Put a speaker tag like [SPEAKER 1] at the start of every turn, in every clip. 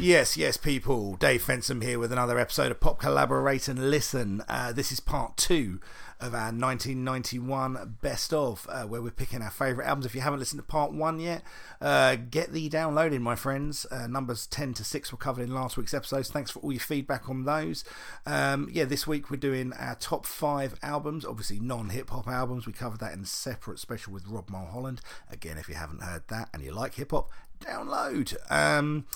[SPEAKER 1] Yes, yes, people. Dave Fensom here with another episode of Pop Collaborate and Listen. Uh, this is part two of our 1991 Best Of, uh, where we're picking our favourite albums. If you haven't listened to part one yet, uh, get the downloading, my friends. Uh, numbers 10 to 6 were covered in last week's episodes. Thanks for all your feedback on those. Um, yeah, this week we're doing our top five albums, obviously non hip hop albums. We covered that in a separate special with Rob Mulholland. Again, if you haven't heard that and you like hip hop, download. Um,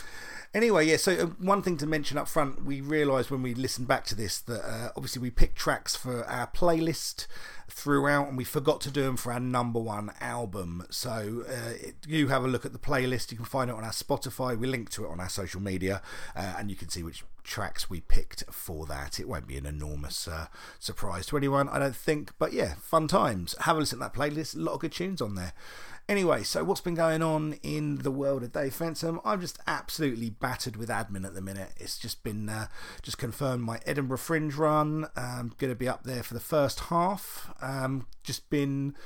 [SPEAKER 1] anyway, yeah. So uh, one thing to mention up front, we realised when we listened back to this that uh, obviously we picked tracks for our playlist throughout, and we forgot to do them for our number one album. So uh, it, you have a look at the playlist. You can find it on our Spotify. We link to it on our social media, uh, and you can see which tracks we picked for that. It won't be an enormous uh, surprise to anyone, I don't think. But yeah, fun times. Have a listen to that playlist. A lot of good tunes on there. Anyway, so what's been going on in the world of Dave Fensom? I'm just absolutely battered with admin at the minute. It's just been uh, just confirmed my Edinburgh Fringe run. I'm going to be up there for the first half. Um, just been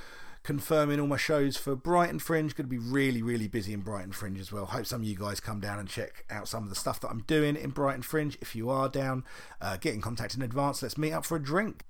[SPEAKER 1] confirming all my shows for Brighton Fringe. Going to be really, really busy in Brighton Fringe as well. Hope some of you guys come down and check out some of the stuff that I'm doing in Brighton Fringe. If you are down, uh, get in contact in advance. Let's meet up for a drink.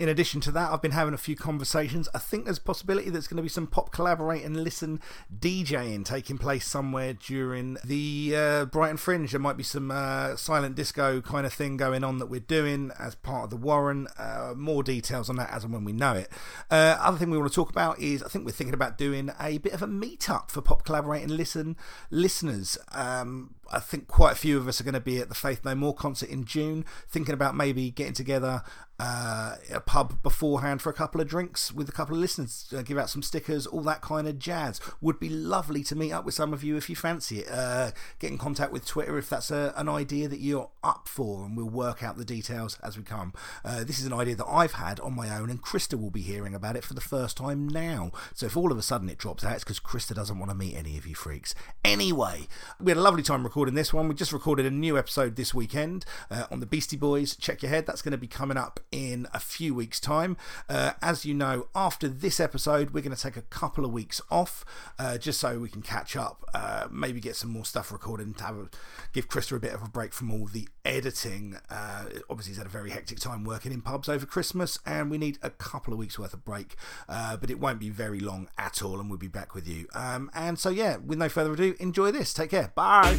[SPEAKER 1] In addition to that, I've been having a few conversations. I think there's a possibility there's going to be some pop collaborate and listen DJing taking place somewhere during the uh, Brighton Fringe. There might be some uh, silent disco kind of thing going on that we're doing as part of the Warren. Uh, more details on that as and when we know it. Uh, other thing we want to talk about is I think we're thinking about doing a bit of a meetup for pop collaborate and listen listeners. Um, I think quite a few of us are going to be at the Faith No More concert in June, thinking about maybe getting together uh, a pub beforehand for a couple of drinks with a couple of listeners, uh, give out some stickers, all that kind of jazz. Would be lovely to meet up with some of you if you fancy it. Uh, get in contact with Twitter if that's a, an idea that you're up for, and we'll work out the details as we come. Uh, this is an idea that I've had on my own, and Krista will be hearing about it for the first time now. So if all of a sudden it drops out, it's because Krista doesn't want to meet any of you freaks. Anyway, we had a lovely time recording this one. We just recorded a new episode this weekend uh, on the Beastie Boys. Check your head. That's going to be coming up in a few weeks' time. Uh, as you know, after this episode, we're going to take a couple of weeks off uh, just so we can catch up, uh, maybe get some more stuff recorded and have a, give Krista a bit of a break from all the editing. Uh, obviously, he's had a very hectic time working in pubs over Christmas, and we need a couple of weeks' worth of break, uh, but it won't be very long at all, and we'll be back with you. Um, and so, yeah, with no further ado, enjoy this. Take care. Bye.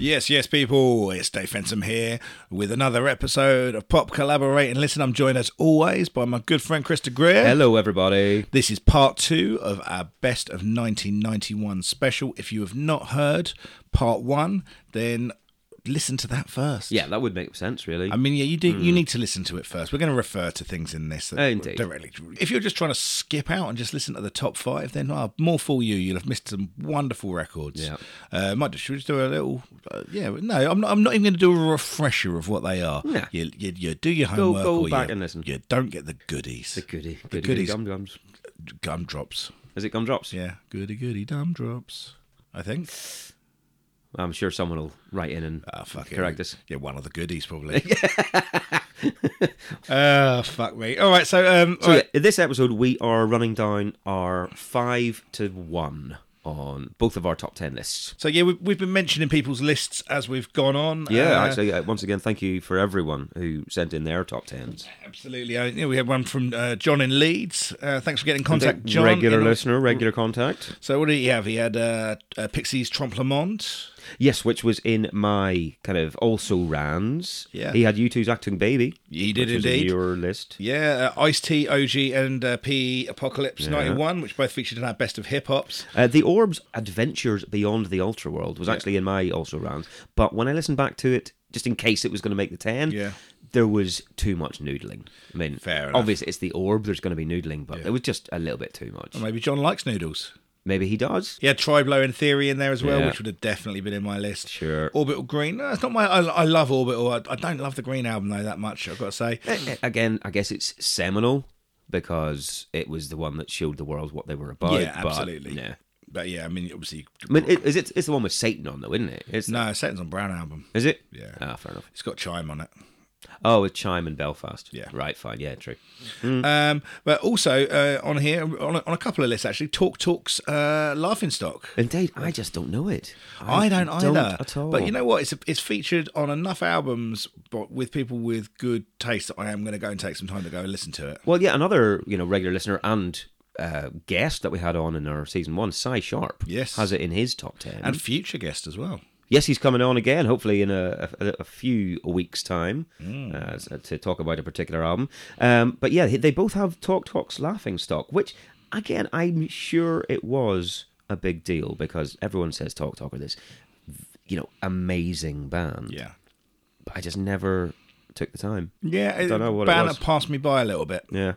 [SPEAKER 1] Yes, yes, people. It's Dave Fensom here with another episode of Pop Collaborate and Listen. I'm joined as always by my good friend Krista Greer.
[SPEAKER 2] Hello, everybody.
[SPEAKER 1] This is part two of our Best of 1991 special. If you have not heard part one, then listen to that first.
[SPEAKER 2] Yeah, that would make sense, really.
[SPEAKER 1] I mean, yeah, you do. You need to listen to it first. We're going to refer to things in this that
[SPEAKER 2] Hmm. Oh, indeed.
[SPEAKER 1] directly. If you're just trying to skip out and just listen to the top five, then oh, more fool you. You'll have missed some wonderful records.
[SPEAKER 2] Yeah.
[SPEAKER 1] Uh, might just, should we just do a little? Uh, yeah. No, I'm not. I'm not even going to do a refresher of what they are.
[SPEAKER 2] Yeah.
[SPEAKER 1] You, you, you do your homework.
[SPEAKER 2] go
[SPEAKER 1] or
[SPEAKER 2] back
[SPEAKER 1] you,
[SPEAKER 2] and listen.
[SPEAKER 1] You don't get the goodies.
[SPEAKER 2] the goody, goody, goody
[SPEAKER 1] goodies.
[SPEAKER 2] gum gums.
[SPEAKER 1] gumdrops.
[SPEAKER 2] Is it gumdrops?
[SPEAKER 1] Yeah. Goody goody gumdrops. I think.
[SPEAKER 2] I'm sure someone will write in and
[SPEAKER 1] Ah, fuck it.
[SPEAKER 2] correct us.
[SPEAKER 1] Yeah, one of the goodies probably. Ah, fuck me. All right, so um, all
[SPEAKER 2] So,
[SPEAKER 1] right.
[SPEAKER 2] yeah, in this episode, we are running down our five to one on both of our top ten lists.
[SPEAKER 1] So yeah, we've, we've been mentioning people's lists as we've gone on.
[SPEAKER 2] Yeah,
[SPEAKER 1] Uh,
[SPEAKER 2] actually, uh, once again, thank you for everyone who sent in their top tens.
[SPEAKER 1] absolutely. Uh, yeah, we had one from uh, John in Leeds. Uh, thanks for getting in contact, John.
[SPEAKER 2] regular
[SPEAKER 1] in-
[SPEAKER 2] listener, regular contact.
[SPEAKER 1] So what did he have? He had uh, uh, Pixies Trompe Le Monde.
[SPEAKER 2] Yes, which was in my kind of also Rans.
[SPEAKER 1] Yeah.
[SPEAKER 2] He had U2's Acting Baby.
[SPEAKER 1] He did
[SPEAKER 2] which was in
[SPEAKER 1] indeed.
[SPEAKER 2] your list.
[SPEAKER 1] Yeah, uh, Ice T, OG, and uh, P Apocalypse
[SPEAKER 2] Yeah.
[SPEAKER 1] 91, which both featured in our best of hip hops.
[SPEAKER 2] Uh, the Orb's Adventures Beyond the Ultra World was actually in my also round, but when I listened back to it, just in case it was going to make the ten,
[SPEAKER 1] Yeah.
[SPEAKER 2] there was too much noodling. I mean,
[SPEAKER 1] Fair enough.
[SPEAKER 2] obviously it's the Orb. There's going to be noodling, but it was just a little bit too much.
[SPEAKER 1] Maybe John likes noodles.
[SPEAKER 2] Maybe he does.
[SPEAKER 1] He had Triblow in Theory in there as well,
[SPEAKER 2] Yeah.
[SPEAKER 1] which would have definitely been in my list.
[SPEAKER 2] Sure.
[SPEAKER 1] Orbital Green. No, it's not my. I, I love Orbital. I, I don't love the Green album though that much. I've got to say.
[SPEAKER 2] Eh, eh, Again, I guess it's seminal because it was the one that showed the world what they were about.
[SPEAKER 1] Yeah,
[SPEAKER 2] but,
[SPEAKER 1] absolutely.
[SPEAKER 2] yeah.
[SPEAKER 1] But yeah, I mean, obviously,
[SPEAKER 2] I mean, it, is it? It's the one with Satan on though, isn't it? It's,
[SPEAKER 1] no. Satan's on Brown album.
[SPEAKER 2] Is it?
[SPEAKER 1] Yeah.
[SPEAKER 2] Ah, fair enough.
[SPEAKER 1] It's got Chime on it.
[SPEAKER 2] Oh, with Chime and Belfast.
[SPEAKER 1] Yeah.
[SPEAKER 2] Right. Fine. Yeah. True. Hmm.
[SPEAKER 1] Um, but also uh, on here, on a, on a couple of lists actually, Talk Talks, uh, Laughing Stock.
[SPEAKER 2] Indeed, I just don't know it.
[SPEAKER 1] I, don't either.
[SPEAKER 2] at all.
[SPEAKER 1] But you know what? It's it's featured on enough albums, but with people with good taste that I am going to go and take some time to go and listen to it.
[SPEAKER 2] well, yeah, another you know regular listener and uh, guest that we had on in our season one, Cy Sharp,
[SPEAKER 1] Yes.
[SPEAKER 2] has it in his top ten.
[SPEAKER 1] And future guest as well.
[SPEAKER 2] yes, he's coming on again, hopefully in a, a, a few weeks' time,
[SPEAKER 1] Mm.
[SPEAKER 2] uh, s- to talk about a particular album. Um, but yeah, they both have Talk Talks Laughing Stock, which again, I'm sure it was a big deal because everyone says Talk Talk are this, you know, amazing band.
[SPEAKER 1] Yeah.
[SPEAKER 2] but I just never took the time.
[SPEAKER 1] Yeah, it,
[SPEAKER 2] Don't know what it
[SPEAKER 1] Banner
[SPEAKER 2] was.
[SPEAKER 1] passed me by a little bit.
[SPEAKER 2] Yeah.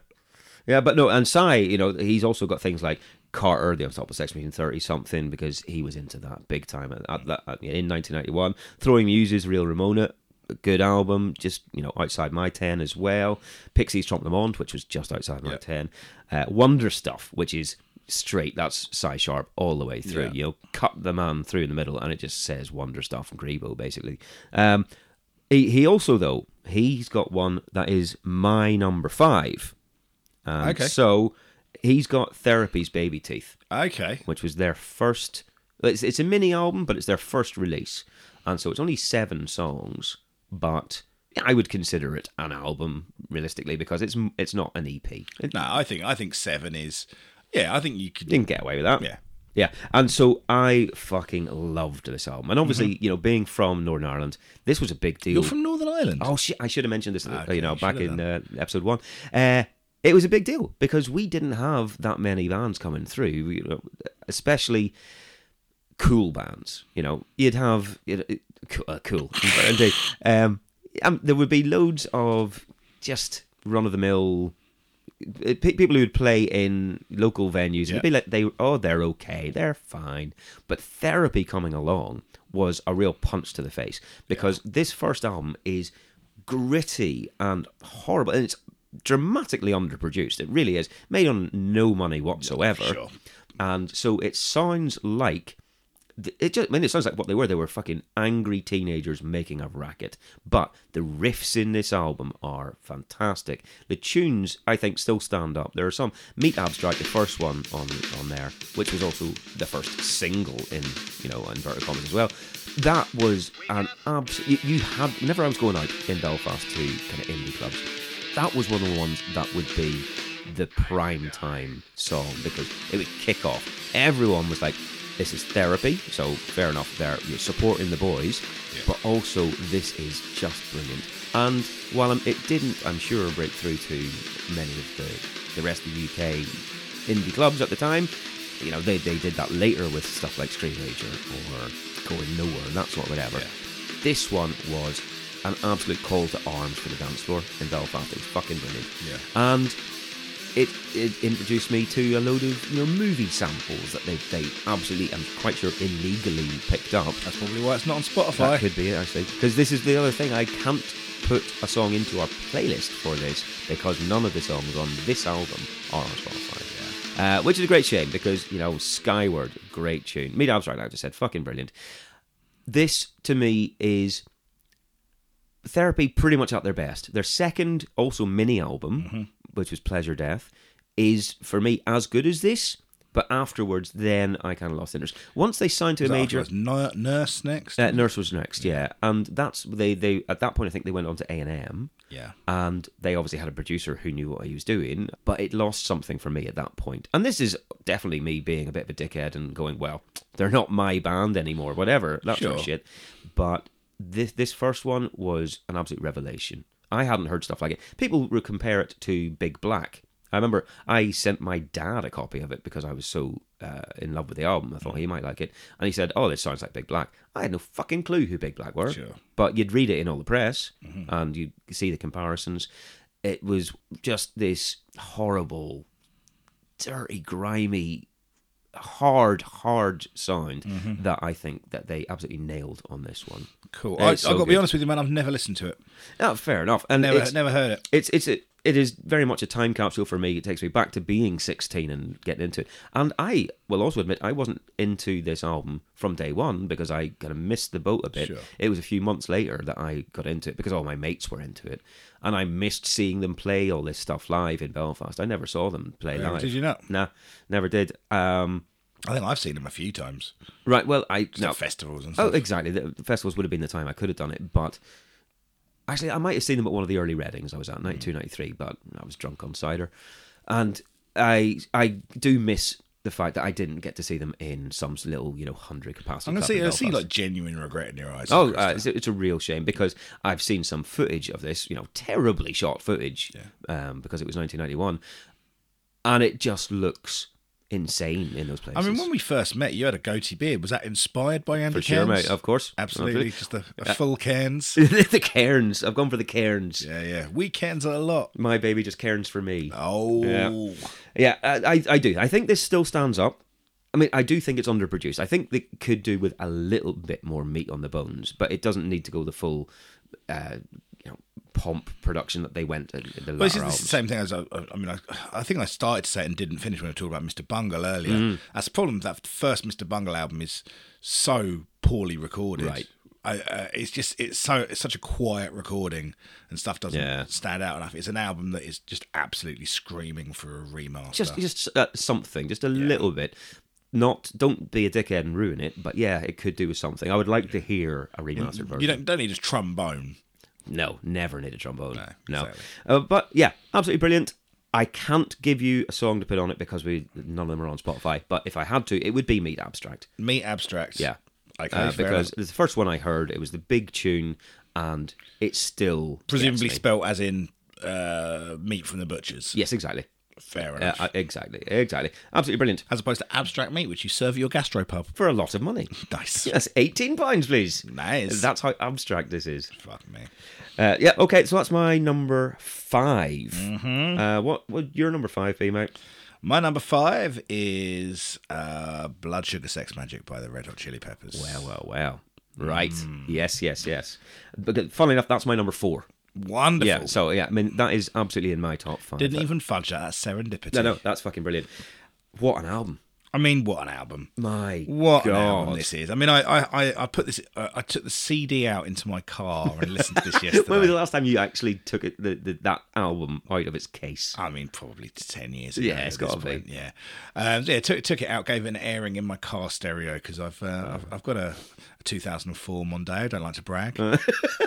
[SPEAKER 2] Yeah, but no, and Sai, you know, he's also got things like Carter, the top of Sex Machine 30 something, because he was into that big time at, at that, at- in 1991. Throwing Muses, Real Ramona, a good album, just, you know, outside my 10 as well. Pixies, Trompe Le Monde, which was just outside my
[SPEAKER 1] Yeah.
[SPEAKER 2] 10. Uh, Wonder Stuff, which is straight, that's Cy Sharp all the way through.
[SPEAKER 1] Yeah.
[SPEAKER 2] You know, cut the man through in the middle, and it just says Wonder Stuff and Grebo, basically. Um, he, he also, though, he's got one that is my number five. And
[SPEAKER 1] Okay.
[SPEAKER 2] Um, So he's got Therapy's Baby Teeth,
[SPEAKER 1] Okay.
[SPEAKER 2] which was their first. It's, it's a mini album, but it's their first release. And so it's only seven songs, but I would consider it an album realistically because it's it's not an E EP. It
[SPEAKER 1] No, I think I think seven is. Yeah, I think you could.
[SPEAKER 2] didn't get away with that.
[SPEAKER 1] Yeah.
[SPEAKER 2] Yeah. And so I fucking loved this album. And obviously, you know, being from Northern Ireland, this was a big deal.
[SPEAKER 1] Mm-hmm. You're from Northern Ireland.
[SPEAKER 2] Oh shit! I should have mentioned this, uh,
[SPEAKER 1] Okay,
[SPEAKER 2] you know,
[SPEAKER 1] you
[SPEAKER 2] back
[SPEAKER 1] should
[SPEAKER 2] in
[SPEAKER 1] have
[SPEAKER 2] uh, episode one. Uh, it was a big deal because we didn't have that many bands coming through, you know, especially cool bands. You know, you'd have you know, co- uh, cool, but indeed, um, um, there would be loads of just run of the mill. People who would play in local venues, and
[SPEAKER 1] Yeah.
[SPEAKER 2] it'd be like they, oh, they're okay, they're fine. But therapy coming along was a real punch to the face because this first album is gritty and horrible, and it's dramatically underproduced. It really is made on no money whatsoever,
[SPEAKER 1] Sure.
[SPEAKER 2] and so it sounds like th- it just, I mean, it sounds like what they were. They were fucking angry teenagers making a racket. But the riffs in this album are fantastic. The tunes, I think, still stand up. There are some Meat Abstract, the first one on on there, which was also the first single in you know inverted commas as well. That was an absolute. You, you had whenever I was going out in Belfast to kind of indie clubs, that was one of the ones that would be the prime time song because it would kick off. Everyone was like, this is therapy, so fair enough there. You're supporting the boys, but also this is just brilliant. And while I'm, it didn't, I'm sure, break through to many of the, the rest of the UK indie clubs at the time, you know, they, they did that later with stuff like Screen Rager or Going Nowhere and that sort of whatever. This one was an absolute call to arms for the dance floor in Belfast. It was fucking brilliant.
[SPEAKER 1] Yeah.
[SPEAKER 2] And it, it introduced me to a load of you know movie samples that they they absolutely I'm quite sure illegally picked up.
[SPEAKER 1] That's probably why it's not on Spotify.
[SPEAKER 2] That could be it actually, because this is the other thing I can't put a song into our playlist for this because none of the songs on this album are on Spotify. Uh, which is a great shame because you know Skyward, great tune. Meat Abstract, like I just said, fucking brilliant. This to me is therapy pretty much at their best. Their second, also mini album, which was Pleasure Death, is for me as good as this, But afterwards, then I kind of lost interest. Once they signed to a major,
[SPEAKER 1] N- nurse next.
[SPEAKER 2] uh, Nurse was next, yeah, and that's they they at that point I think they went on to A and M,
[SPEAKER 1] yeah.
[SPEAKER 2] and they obviously had a producer who knew what he was doing, but it lost something for me at that point. And this is definitely me being a bit of a dickhead and going, well, they're not my band anymore, whatever, that sort of
[SPEAKER 1] Sure.
[SPEAKER 2] shit. But this this first one was an absolute revelation. I hadn't heard stuff like it. People would compare it to Big Black. I remember I sent my dad a copy of it because I was so uh, in love with the album. I thought he might like it, and he said, "Oh, this sounds like Big Black." I had no fucking clue who Big Black were
[SPEAKER 1] Sure.
[SPEAKER 2] but you'd read it in all the press and you'd see the comparisons. It was just this horrible, dirty, grimy, hard, hard sound that I think that they absolutely nailed on this one.
[SPEAKER 1] Mm-hmm. Cool.
[SPEAKER 2] Uh,
[SPEAKER 1] I,
[SPEAKER 2] it's so
[SPEAKER 1] I've got to be
[SPEAKER 2] good.
[SPEAKER 1] honest with you, man. I've never listened to it.
[SPEAKER 2] Oh, fair enough. And
[SPEAKER 1] Never,
[SPEAKER 2] it's,
[SPEAKER 1] never heard it.
[SPEAKER 2] it's it's it, it is very much a time capsule for me. It takes me back to being 16 and getting into it. And I will also admit I wasn't into this album from day one because I kind of missed the boat a bit.
[SPEAKER 1] Sure.
[SPEAKER 2] It was a few months later that I got into it because all my mates were into it, and I missed seeing them play all this stuff live in Belfast. I never saw them play
[SPEAKER 1] Yeah,
[SPEAKER 2] live.
[SPEAKER 1] did you not?
[SPEAKER 2] Nah, never did. Um,
[SPEAKER 1] I think I've seen him a few times.
[SPEAKER 2] right. Well, I
[SPEAKER 1] No.
[SPEAKER 2] no,
[SPEAKER 1] festivals and
[SPEAKER 2] Oh,
[SPEAKER 1] stuff.
[SPEAKER 2] exactly. The the festivals would have been the time I could have done it, but actually, I might have seen them at one of the early readings I was at,
[SPEAKER 1] Mm.
[SPEAKER 2] 92, 93, but I was drunk on cider. And I I do miss the fact that I didn't get to see them in some little, you know, 100 capacity.
[SPEAKER 1] I'm gonna
[SPEAKER 2] club
[SPEAKER 1] see.
[SPEAKER 2] in
[SPEAKER 1] I see
[SPEAKER 2] Belfast.
[SPEAKER 1] like genuine regret in your eyes.
[SPEAKER 2] Oh, uh, it's, it's a real shame because I've seen some footage of this, you know, terribly shot footage um, because it was 1991, and it just looks insane in those places.
[SPEAKER 1] I mean, when we first met, you had a goatee beard. Was that inspired by Andy
[SPEAKER 2] for sure,
[SPEAKER 1] Cairns?
[SPEAKER 2] mate, Oh, of course.
[SPEAKER 1] Absolutely, just a, a full Cairns.
[SPEAKER 2] the Cairns. I've gone for the Cairns.
[SPEAKER 1] yeah, yeah. We Cairns are a lot.
[SPEAKER 2] My baby just Cairns for me.
[SPEAKER 1] Oh,
[SPEAKER 2] Yeah, I, I- I do. I think this still stands up. I mean, I do think it's underproduced. I think they could do with a little bit more meat on the bones, but it doesn't need to go the full, uh, you know, pomp production that they went in the
[SPEAKER 1] Well, this
[SPEAKER 2] latter
[SPEAKER 1] is the
[SPEAKER 2] albums.
[SPEAKER 1] same thing as I, I mean, I, I think I started to say it and didn't finish when I talked about Mr. Bungle earlier.
[SPEAKER 2] Mm.
[SPEAKER 1] That's the problem. That first Mr. Bungle album is so poorly recorded.
[SPEAKER 2] Right.
[SPEAKER 1] I, uh, it's just it's so it's such a quiet recording and stuff doesn't
[SPEAKER 2] Yeah.
[SPEAKER 1] stand out enough. It's an album that is just absolutely screaming for a remaster.
[SPEAKER 2] Just, just uh, something, just a little bit. Not, don't be a dickhead and ruin it. But yeah, it could do with something. I would like to hear a remastered version.
[SPEAKER 1] you don't don't need a trombone.
[SPEAKER 2] No, never need a trombone. No,
[SPEAKER 1] exactly.
[SPEAKER 2] Uh, but yeah, absolutely brilliant. I can't give you a song to put on it because we none of them are on Spotify. But if I had to, it would be Meat Abstract.
[SPEAKER 1] Meat abstracts.
[SPEAKER 2] Yeah,
[SPEAKER 1] Okay.
[SPEAKER 2] uh,
[SPEAKER 1] fair
[SPEAKER 2] because
[SPEAKER 1] enough.
[SPEAKER 2] the first one I heard, it was the big tune, and it still gets
[SPEAKER 1] presumably
[SPEAKER 2] me.
[SPEAKER 1] spelt as in uh, meat from the butchers.
[SPEAKER 2] yes, exactly,
[SPEAKER 1] Fair
[SPEAKER 2] uh,
[SPEAKER 1] enough.
[SPEAKER 2] uh, exactly, exactly, absolutely brilliant
[SPEAKER 1] as opposed to abstract meat, which you serve at your gastropub.
[SPEAKER 2] for a lot of money.
[SPEAKER 1] Nice.
[SPEAKER 2] Yes, eighteen pounds, please.
[SPEAKER 1] Nice.
[SPEAKER 2] That's how abstract this is.
[SPEAKER 1] Fuck me.
[SPEAKER 2] Uh, yeah, okay, so that's my number 5
[SPEAKER 1] Mm-hmm.
[SPEAKER 2] Uh, what would your number five be, mate?
[SPEAKER 1] My number five is uh, Blood Sugar Sex Magic by the Red Hot Chili Peppers.
[SPEAKER 2] Well, Oh, well, well. Right.
[SPEAKER 1] Hmm.
[SPEAKER 2] Yes, yes, yes. But funnily enough, that's my number four.
[SPEAKER 1] Wonderful.
[SPEAKER 2] Yeah. So yeah, I mean that is absolutely in my top
[SPEAKER 1] Oh.
[SPEAKER 2] five.
[SPEAKER 1] Didn't even fudge that. That's serendipity.
[SPEAKER 2] no, no, that's fucking brilliant. What an album!
[SPEAKER 1] I mean, what an album.
[SPEAKER 2] My
[SPEAKER 1] What
[SPEAKER 2] God.
[SPEAKER 1] an album this is. I mean, I, I, I- I put this, I I took the CD out into my car and listened to this yesterday.
[SPEAKER 2] When was the last time you actually took it, the, the, that album out of its case?
[SPEAKER 1] I mean, probably ten years ago.
[SPEAKER 2] Yeah, it's
[SPEAKER 1] at
[SPEAKER 2] gotta
[SPEAKER 1] this
[SPEAKER 2] be.
[SPEAKER 1] point, Yeah, um, yeah. Took took it out, gave it an airing in my car stereo because I've, uh, I've I've got a, a 2004 Mondeo. Don't like to brag.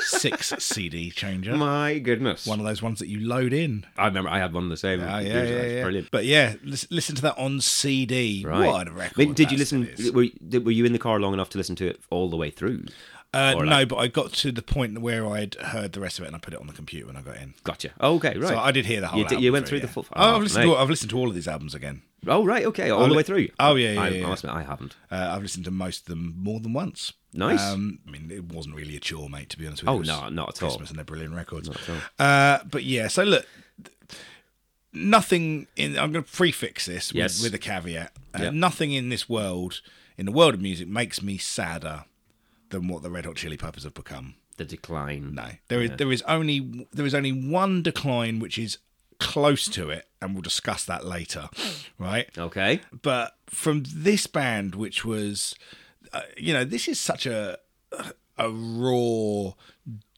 [SPEAKER 1] Six CD changer.
[SPEAKER 2] My goodness!
[SPEAKER 1] One of those ones that you load in.
[SPEAKER 2] I remember I had one of the same.
[SPEAKER 1] Oh yeah,
[SPEAKER 2] years ago.
[SPEAKER 1] yeah,
[SPEAKER 2] It's
[SPEAKER 1] yeah.
[SPEAKER 2] Brilliant.
[SPEAKER 1] But yeah, lis- listen to that on CD.
[SPEAKER 2] Right.
[SPEAKER 1] What a record!
[SPEAKER 2] I mean, did you
[SPEAKER 1] that
[SPEAKER 2] listen?
[SPEAKER 1] is.
[SPEAKER 2] Were, you- were you in the car long enough to listen to it all the way through?
[SPEAKER 1] Uh, no, but I got to the point where I'd heard the rest of it, and I put it on the computer when I got in.
[SPEAKER 2] Gotcha. Okay, right.
[SPEAKER 1] So I did hear the whole.
[SPEAKER 2] You, did- you
[SPEAKER 1] album
[SPEAKER 2] went through the
[SPEAKER 1] yeah.
[SPEAKER 2] full.
[SPEAKER 1] Oh,
[SPEAKER 2] Oh,
[SPEAKER 1] I've listened.
[SPEAKER 2] mate.
[SPEAKER 1] To, all- I've listened to all of these albums again.
[SPEAKER 2] Oh right, okay, all the way through.
[SPEAKER 1] Oh, yeah, yeah,
[SPEAKER 2] I,
[SPEAKER 1] yeah,
[SPEAKER 2] I, must admit, I haven't.
[SPEAKER 1] Uh, I've listened to most of them more than once.
[SPEAKER 2] Nice.
[SPEAKER 1] Um, I mean, it wasn't really a chore, mate. To be honest with
[SPEAKER 2] Oh,
[SPEAKER 1] you. It was
[SPEAKER 2] no, not at all.
[SPEAKER 1] Christmas and they're brilliant records. Uh, but yeah, so look, th- nothing in. I'm going to prefix this with-
[SPEAKER 2] Yes.
[SPEAKER 1] with, a caveat. Uh,
[SPEAKER 2] Yeah.
[SPEAKER 1] Nothing in this world, in the world of music, makes me sadder than what the Red Hot Chili Peppers have become.
[SPEAKER 2] The decline.
[SPEAKER 1] No, there is there is only there is only one decline which is close to it, and we'll discuss that later, right?
[SPEAKER 2] Okay.
[SPEAKER 1] but from this band, which was, uh, you know, this is such a a raw,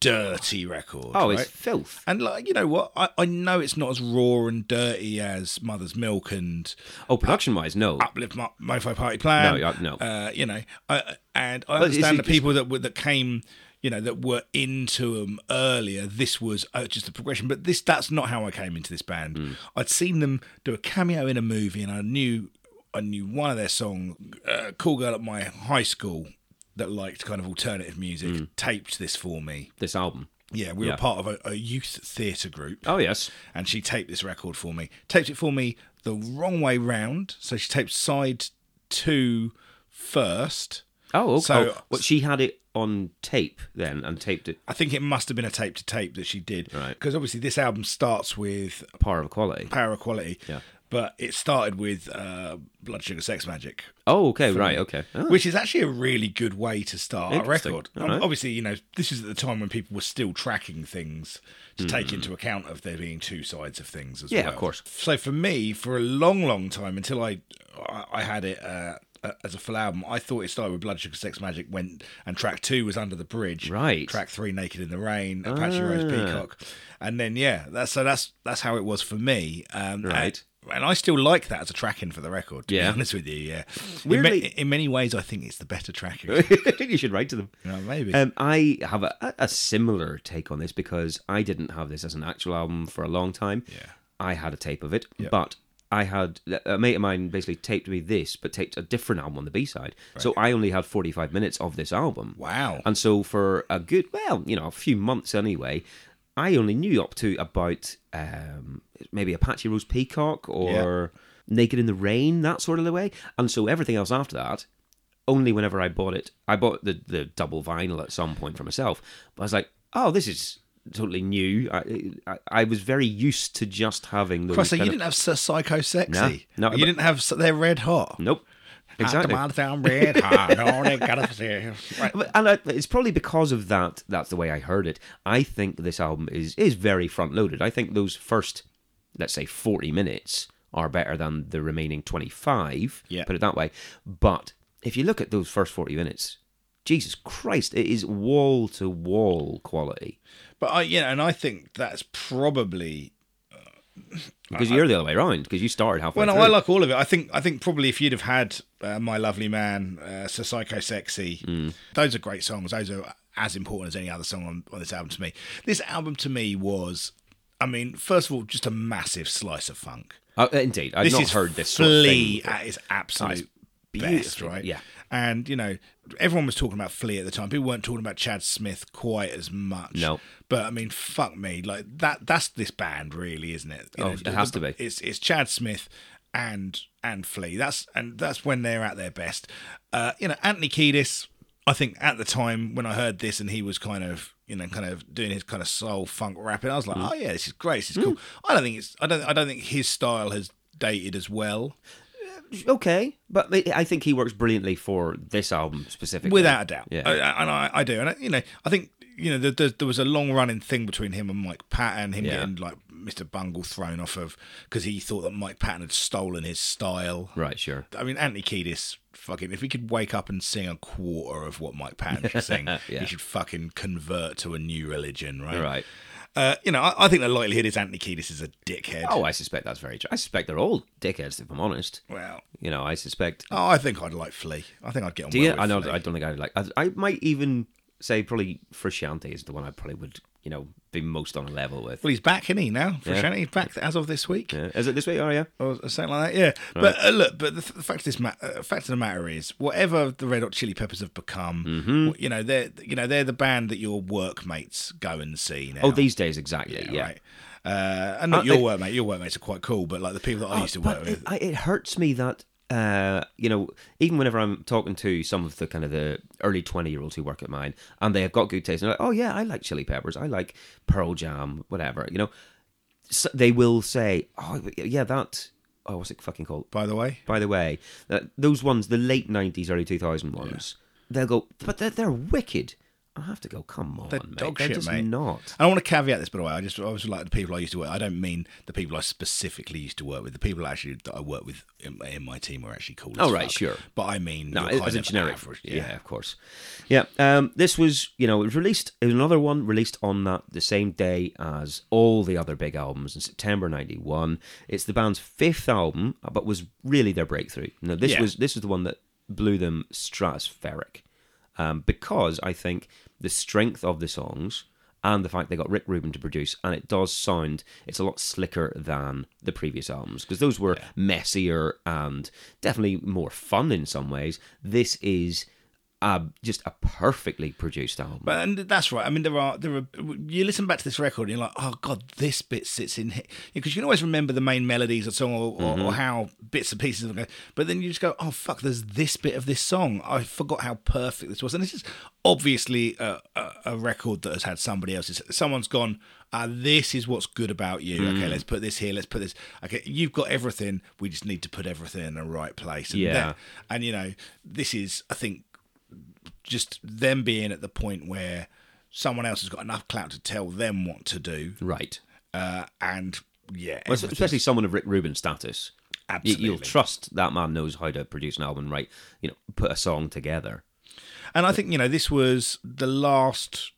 [SPEAKER 1] dirty record.
[SPEAKER 2] Oh,
[SPEAKER 1] right?
[SPEAKER 2] it's filth.
[SPEAKER 1] And like you know what, I, I know it's not as raw and dirty as Mother's Milk and
[SPEAKER 2] Oh, production wise, no.
[SPEAKER 1] Uplift Mo- MoFo Party Plan.
[SPEAKER 2] No, uh, no.
[SPEAKER 1] Uh, you know, I, and I
[SPEAKER 2] it's-
[SPEAKER 1] understand the
[SPEAKER 2] it's-
[SPEAKER 1] people that were, that came, you know, that were into them earlier. This was uh, just the progression, but this that's not how I came into this band.
[SPEAKER 2] Hmm.
[SPEAKER 1] I'd seen them do a cameo in a movie, and I knew I knew one of their song, uh, "Cool Girl at My High School." That liked kind of alternative music taped this for me.
[SPEAKER 2] This album.
[SPEAKER 1] Yeah, we
[SPEAKER 2] Hmm. Yeah.
[SPEAKER 1] were part of a, a youth theatre group
[SPEAKER 2] Oh yes.
[SPEAKER 1] and she taped this record for me. Taped it for me the wrong way round, so she taped side two first.
[SPEAKER 2] Oh, okay.
[SPEAKER 1] So-
[SPEAKER 2] oh, but she had it on tape then and taped it
[SPEAKER 1] I think it must have been a tape to tape that she did,
[SPEAKER 2] Right.
[SPEAKER 1] Because obviously this album starts with
[SPEAKER 2] par of quality.
[SPEAKER 1] Power of Quality,
[SPEAKER 2] Yeah.
[SPEAKER 1] But it started with uh, Blood Sugar Sex Magic,
[SPEAKER 2] Oh, okay, right, okay. Oh,
[SPEAKER 1] which is actually a really good way to start a
[SPEAKER 2] Interesting.
[SPEAKER 1] record.
[SPEAKER 2] All right.
[SPEAKER 1] Obviously, you know this is at the time when people were still tracking things to take into account of there being two sides of things as
[SPEAKER 2] Hmm. Yeah,
[SPEAKER 1] well.
[SPEAKER 2] of course.
[SPEAKER 1] So for me, for a long, long time until I I I had it uh, as a full album, I thought it started with Blood Sugar Sex Magic went and track two was Under the Bridge,
[SPEAKER 2] Right. Ah.
[SPEAKER 1] Track three Naked in the Rain, Apache Rose Peacock, and then yeah, that's so that's that's how it was for me. Um,
[SPEAKER 2] Right.
[SPEAKER 1] And, and I still like that as a tracking for the record. To
[SPEAKER 2] Yeah.
[SPEAKER 1] be honest with you, yeah. in,
[SPEAKER 2] Weirdly-
[SPEAKER 1] ma- in many ways, I think it's the better tracking.
[SPEAKER 2] you should write to them.
[SPEAKER 1] Yeah, maybe.
[SPEAKER 2] Um, I have a, a similar take on this because I didn't have this as an actual album for a long time.
[SPEAKER 1] Yeah.
[SPEAKER 2] I had a tape of it, but I had a mate of mine basically taped me this, but taped a different album on the B side. So I only had 45 minutes of this album.
[SPEAKER 1] Wow.
[SPEAKER 2] And so for a good, well, you know, a few months anyway, I only knew up to about um, maybe Apache Rose Peacock or Naked in the Rain, that sort of the way. And so everything else after that, only whenever I bought it, I bought the, the double vinyl at some point for myself. But I was like, oh, this is totally new. I I, I was very used to just having those.
[SPEAKER 1] Christ, so you
[SPEAKER 2] kind of-
[SPEAKER 1] didn't have Sir Psycho Sexy.
[SPEAKER 2] No, no,
[SPEAKER 1] you
[SPEAKER 2] but-
[SPEAKER 1] didn't have. They're red hot.
[SPEAKER 2] nope. Exactly.
[SPEAKER 1] Hot down red hot. Oh, they gotta say. Right.
[SPEAKER 2] But- and I, it's probably because of that that's the way I heard it. I think this album is is very front loaded. I think those first, let's say, forty minutes are better than the remaining twenty five.
[SPEAKER 1] Yeah.
[SPEAKER 2] put it that way. But if you look at those first forty minutes, Jesus Christ, it is wall to wall quality.
[SPEAKER 1] But I, you know, and I think that's probably.
[SPEAKER 2] Because you're the other way around. Because you started halfway
[SPEAKER 1] Well, no,
[SPEAKER 2] through.
[SPEAKER 1] I like all of it. I think, I think probably if you'd have had uh, "My Lovely Man," uh, "So Psycho Sexy,"
[SPEAKER 2] Mm.
[SPEAKER 1] those are great songs. Those are as important as any other song on, on this album to me. This album to me was, I mean, first of all, just a massive slice of funk.
[SPEAKER 2] Uh, indeed, I've
[SPEAKER 1] this
[SPEAKER 2] not
[SPEAKER 1] is
[SPEAKER 2] heard this sort of
[SPEAKER 1] Flea
[SPEAKER 2] thing.
[SPEAKER 1] at its absolute best,
[SPEAKER 2] beautiful,
[SPEAKER 1] right?
[SPEAKER 2] yeah.
[SPEAKER 1] And you know, everyone was talking about Flea at the time. People weren't talking about Chad Smith quite as much.
[SPEAKER 2] No.
[SPEAKER 1] But I mean, fuck me, like that—that's this band, really, isn't it? You
[SPEAKER 2] Oh, it has to be.
[SPEAKER 1] It's it's Chad Smith and and Flea. That's and that's when they're at their best. Uh, you know, Anthony Kiedis. I think at the time when I heard this and he was kind of you know kind of doing his kind of soul funk rapping, I was
[SPEAKER 2] Mm.
[SPEAKER 1] like, oh yeah, this is great. This is cool. I don't think it's I don't I don't think his style has dated as well.
[SPEAKER 2] Okay, but I I think he works brilliantly for this album specifically.
[SPEAKER 1] Without a doubt.
[SPEAKER 2] Yeah.
[SPEAKER 1] I- I- and I, I do. And, I, you know, I think, you know, there, there, there was a long running thing between him and Mike Patton, him
[SPEAKER 2] Yeah.
[SPEAKER 1] getting, like, Mr. Bungle thrown off of because he thought that Mike Patton had stolen his style.
[SPEAKER 2] right, sure.
[SPEAKER 1] I mean, Anthony Kiedis, fucking, if he could wake up and sing a quarter of what Mike Patton should sing,
[SPEAKER 2] Yeah.
[SPEAKER 1] he should fucking convert to a new religion, right?
[SPEAKER 2] Right.
[SPEAKER 1] Uh, you know, I, I think the likelihood is Anthony Kiedis is a dickhead.
[SPEAKER 2] Oh, I suspect that's very true. I suspect they're all dickheads, if I'm honest.
[SPEAKER 1] Well,
[SPEAKER 2] You know, I suspect.
[SPEAKER 1] oh, I think I'd like Flea. I think I'd get on
[SPEAKER 2] Do
[SPEAKER 1] well
[SPEAKER 2] you?
[SPEAKER 1] with
[SPEAKER 2] I know.
[SPEAKER 1] Flea.
[SPEAKER 2] I don't think I would like. I, I might even say probably Frusciante is the one I probably would. You know, be most on a level with.
[SPEAKER 1] Well, he's back, isn't he, now?
[SPEAKER 2] Yeah.
[SPEAKER 1] Frusciante, he's back as of this week.
[SPEAKER 2] Yeah. Is it this way? Oh yeah.
[SPEAKER 1] or something like that. Yeah, but uh, look, but the, th- the fact of this ma- uh, fact of the matter is, whatever the Red Hot Chili Peppers have become,
[SPEAKER 2] Mm-hmm.
[SPEAKER 1] w- you know they're you know they're the band that your workmates go and see now.
[SPEAKER 2] Oh, these days exactly. Yeah.
[SPEAKER 1] right. Uh, and not
[SPEAKER 2] Aren't
[SPEAKER 1] your
[SPEAKER 2] they- Uh,
[SPEAKER 1] workmate. Your workmates are quite cool, but like the people that I used to work
[SPEAKER 2] But it,
[SPEAKER 1] with.
[SPEAKER 2] I, it hurts me that uh, you know, even whenever I'm talking to some of the kind of the early twenty year olds who work at mine, and they have got good taste, and they're like, oh yeah, I like Chili Peppers, I like Pearl Jam, whatever. You know, so they will say, oh yeah, that. Oh, what's it fucking called?
[SPEAKER 1] By the way,
[SPEAKER 2] by the way, that those ones, the late 90s, early 2000 ones, they'll go, but they're, they're wicked. I have to go. Come on,
[SPEAKER 1] They're
[SPEAKER 2] mate.
[SPEAKER 1] dog
[SPEAKER 2] They're
[SPEAKER 1] shit,
[SPEAKER 2] just
[SPEAKER 1] mate.
[SPEAKER 2] not.
[SPEAKER 1] I don't want to caveat this, by the way. I just I was like the people I used to work. I don't mean the people I specifically used to work with. The people actually that I work with in, in my team are actually cool. as
[SPEAKER 2] Oh, right,
[SPEAKER 1] fuck.
[SPEAKER 2] sure.
[SPEAKER 1] But I mean,
[SPEAKER 2] No,
[SPEAKER 1] your
[SPEAKER 2] it-
[SPEAKER 1] kind
[SPEAKER 2] as a
[SPEAKER 1] of
[SPEAKER 2] generic.
[SPEAKER 1] average-
[SPEAKER 2] yeah. of course. Yeah, um, this was you know it was released. It was another one released on that the same day as all the other big albums in September '91. It's the band's fifth album, but was really their breakthrough. Now this
[SPEAKER 1] Yeah.
[SPEAKER 2] was this was the one that blew them stratospheric, um, because I think the strength of the songs. And the fact they got Rick Rubin to produce, and it does sound it's a lot slicker than the previous albums because those were messier and definitely more fun in some ways. This is uh, just a perfectly produced album.
[SPEAKER 1] But and that's right. I mean, there are there are. You listen back to this record, and you're like, oh god, this bit sits in here because you can always remember the main melodies of song or, or, or how bits and pieces. Of it. But then you just go, oh fuck, there's this bit of this song. I forgot how perfect this was, and this is obviously a, a, a record that has had somebody else's. Someone's gone. Uh, this is what's good about you. Okay, let's put this here. Let's put this. Okay, you've got everything. We just need to put everything in the right place. And
[SPEAKER 2] Yeah.
[SPEAKER 1] that- and you know, this is, I think, just them being at the point where someone else has got enough clout to tell them what to do,
[SPEAKER 2] right.
[SPEAKER 1] uh, and yeah,
[SPEAKER 2] Well, especially someone of Rick Rubin's status. You,
[SPEAKER 1] absolutely.
[SPEAKER 2] you'll trust that man knows how to produce an album, right? You know, put a song together.
[SPEAKER 1] and I think you know this was the last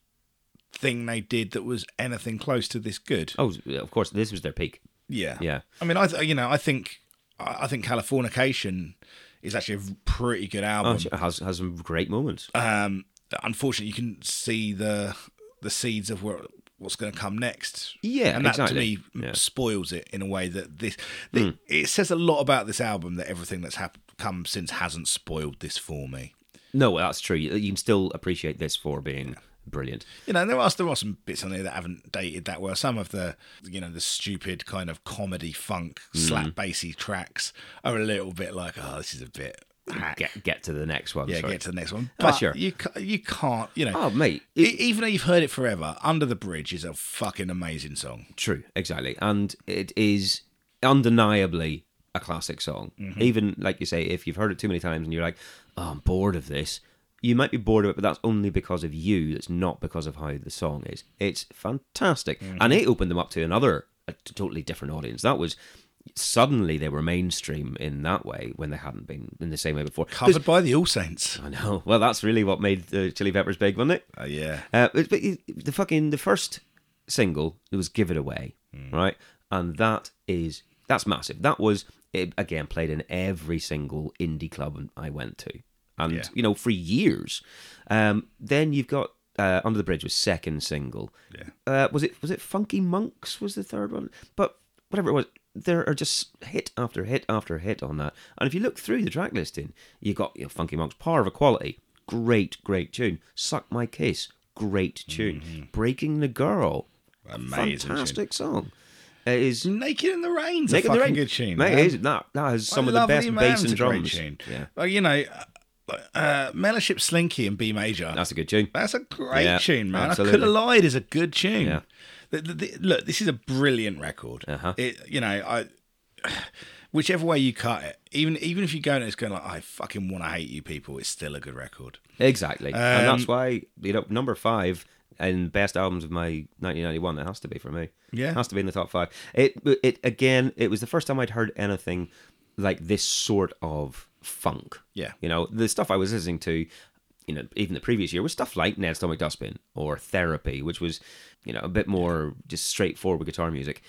[SPEAKER 1] thing they did that was anything close to this good.
[SPEAKER 2] Oh, of course, this was their peak.
[SPEAKER 1] Yeah,
[SPEAKER 2] Yeah.
[SPEAKER 1] I mean, I th- you know I think I I think Californication is actually a pretty good album.
[SPEAKER 2] Oh, it has has some great moments. Uh,
[SPEAKER 1] um, unfortunately, you can see the the seeds of where, what's going to come next.
[SPEAKER 2] Yeah,
[SPEAKER 1] and that
[SPEAKER 2] exactly.
[SPEAKER 1] to me
[SPEAKER 2] Yeah. Hmm.
[SPEAKER 1] spoils it in a way that this. The, It says a lot about this album that everything that's hap- come since hasn't spoiled this for me.
[SPEAKER 2] No, well, that's true. You you can still appreciate this for being brilliant.
[SPEAKER 1] You know, there are there are some bits on there that haven't dated that well. Some of the you know the stupid kind of comedy funk
[SPEAKER 2] Hmm.
[SPEAKER 1] slap bassy tracks are a little bit like, oh, this is a bit hack.
[SPEAKER 2] Get get to the next one.
[SPEAKER 1] yeah,
[SPEAKER 2] Ah, sorry.
[SPEAKER 1] get to the next one.
[SPEAKER 2] Ah,
[SPEAKER 1] But
[SPEAKER 2] sure.
[SPEAKER 1] you ca- you can't, you know.
[SPEAKER 2] Oh, mate,
[SPEAKER 1] E- even though you've heard it forever, Under the Bridge is a fucking amazing song.
[SPEAKER 2] True, exactly, and it is undeniably a classic song.
[SPEAKER 1] Mm-hmm.
[SPEAKER 2] Even like you say, if you've heard it too many times and you're like, "Oh, I'm bored of this," you might be bored of it, but that's only because of you. That's not because of how the song is. It's fantastic,
[SPEAKER 1] Mm-hmm.
[SPEAKER 2] and it opened them up to another, a t- totally different audience. That was suddenly they were mainstream in that way when they hadn't been in the same way before. 'Cause-
[SPEAKER 1] Covered by the All Saints.
[SPEAKER 2] I know. Well, that's really what made the Chili Peppers big, wasn't it?
[SPEAKER 1] Oh, yeah.
[SPEAKER 2] Uh, but, but you- the fucking the first single it was "Give It Away,"
[SPEAKER 1] Hmm.
[SPEAKER 2] right? And that is that's massive. That was it, again played in every single indie club I went to, and
[SPEAKER 1] Yeah.
[SPEAKER 2] you know for years. Um, then you've got uh, "Under the Bridge" was second single.
[SPEAKER 1] Yeah.
[SPEAKER 2] Uh, was it was it Funky Monks was the third one? But whatever it was, there are just hit after hit after hit on that. And if you look through the track listing, you got you know, Funky Monks, Power of Equality, great great tune. Suck My Kiss, great tune. Breaking the Girl,
[SPEAKER 1] Mm-hmm. Amazing tune.
[SPEAKER 2] fantastic song. It is
[SPEAKER 1] Naked in the Rain's
[SPEAKER 2] Naked
[SPEAKER 1] a
[SPEAKER 2] in the
[SPEAKER 1] fucking
[SPEAKER 2] Rain.
[SPEAKER 1] good tune.
[SPEAKER 2] Mate,
[SPEAKER 1] man.
[SPEAKER 2] it is, that that has some of the
[SPEAKER 1] Lovely
[SPEAKER 2] best
[SPEAKER 1] Man
[SPEAKER 2] bass
[SPEAKER 1] is
[SPEAKER 2] and
[SPEAKER 1] a great
[SPEAKER 2] drums.
[SPEAKER 1] tune.
[SPEAKER 2] Yeah,
[SPEAKER 1] Like, you know, uh, uh, Mellowship Slinky in B major.
[SPEAKER 2] that's a good tune.
[SPEAKER 1] That's a great
[SPEAKER 2] Yeah,
[SPEAKER 1] tune, man. I
[SPEAKER 2] absolutely.
[SPEAKER 1] could have lied. Is a good tune.
[SPEAKER 2] Yeah.
[SPEAKER 1] The- the- the- look, this is a brilliant record.
[SPEAKER 2] Uh-huh.
[SPEAKER 1] It, you know, I. Whichever way you cut it, even even if you go and it's going like I fucking want to hate you people, it's still a good record.
[SPEAKER 2] Exactly, and that's why you know number five and best albums of my 1991. It has to be for me.
[SPEAKER 1] Yeah.
[SPEAKER 2] it has to be in the top five. It it again. It was the first time I'd heard anything like this sort of funk.
[SPEAKER 1] Yeah.
[SPEAKER 2] you know the stuff I was listening to. You know, even the previous year was stuff like Ned Stomach Dustbin or Therapy, which was, you know, a bit more just straightforward guitar music.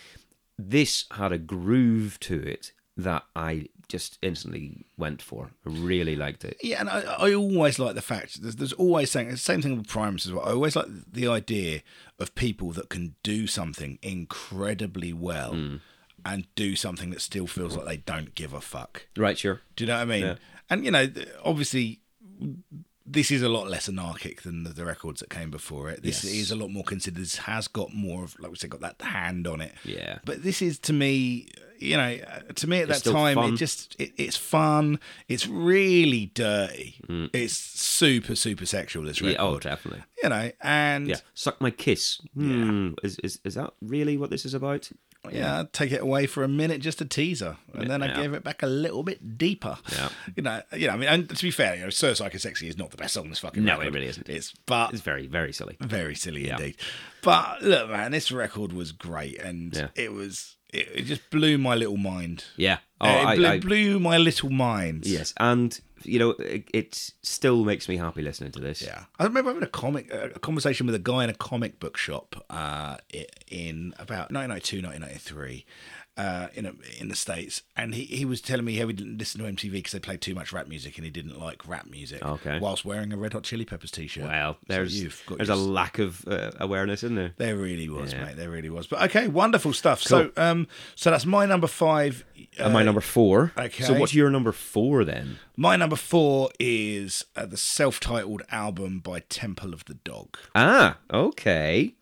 [SPEAKER 2] This had a groove to it that I just instantly went for. I really liked it.
[SPEAKER 1] Yeah, and I, I always like the fact there's, there's always saying the same thing with Primus as well. I always like the idea of people that can do something incredibly well and do something that still feels like they don't give a fuck.
[SPEAKER 2] Right, sure.
[SPEAKER 1] Do you know what I mean? And you know, th- obviously, this is a lot less anarchic than the, the records that came before it. This
[SPEAKER 2] Yes.
[SPEAKER 1] is a lot more considered. This has got more of, like we said, got that hand on it.
[SPEAKER 2] Yeah.
[SPEAKER 1] But this is to me, you know, uh, to me at
[SPEAKER 2] It's
[SPEAKER 1] that
[SPEAKER 2] still
[SPEAKER 1] time,
[SPEAKER 2] fun.
[SPEAKER 1] it just it, it's fun. It's really dirty. It's super super sexual. This record.
[SPEAKER 2] Mm. Yeah, oh, definitely.
[SPEAKER 1] you know, and
[SPEAKER 2] Yeah, suck my kiss. Hmm. Is, is is that really what this is about?
[SPEAKER 1] yeah, I'd take it away for a minute, just a teaser, and then I
[SPEAKER 2] Yeah.
[SPEAKER 1] gave it back a little bit deeper.
[SPEAKER 2] Yeah.
[SPEAKER 1] You know, you know. I mean, and to be fair, you know, "Sir Psycho Sexy" is not the best song on this fucking.
[SPEAKER 2] No,
[SPEAKER 1] record.
[SPEAKER 2] it really isn't.
[SPEAKER 1] It's but
[SPEAKER 2] It's very very silly.
[SPEAKER 1] very silly indeed. But look, man, this record was great, and
[SPEAKER 2] Yeah.
[SPEAKER 1] it was it, it just blew my little mind.
[SPEAKER 2] Yeah. Oh,
[SPEAKER 1] Uh, it
[SPEAKER 2] I-
[SPEAKER 1] blew,
[SPEAKER 2] I-
[SPEAKER 1] blew my little mind.
[SPEAKER 2] Yes, and you know it, it still makes me happy listening to this.
[SPEAKER 1] Yeah, I remember having a comic a conversation with a guy in a comic book shop uh, i- in about 1992, 1993 uh, in a, in the states, and he, he was telling me how he didn't listen to MTV because they played too much rap music and he didn't like rap music.
[SPEAKER 2] Okay.
[SPEAKER 1] whilst wearing a Red Hot Chili Peppers t-shirt.
[SPEAKER 2] Well,
[SPEAKER 1] So
[SPEAKER 2] there's
[SPEAKER 1] you've got
[SPEAKER 2] there's
[SPEAKER 1] your-
[SPEAKER 2] a lack of uh, awareness in there.
[SPEAKER 1] There really was,
[SPEAKER 2] Yeah.
[SPEAKER 1] mate. There really was. But okay, wonderful stuff. So, um, so that's my number five. Uh,
[SPEAKER 2] And my number four. So
[SPEAKER 1] okay.
[SPEAKER 2] what's your number four then?
[SPEAKER 1] my number four is uh, the self-titled album by Temple of the Dog.
[SPEAKER 2] Ah, okay.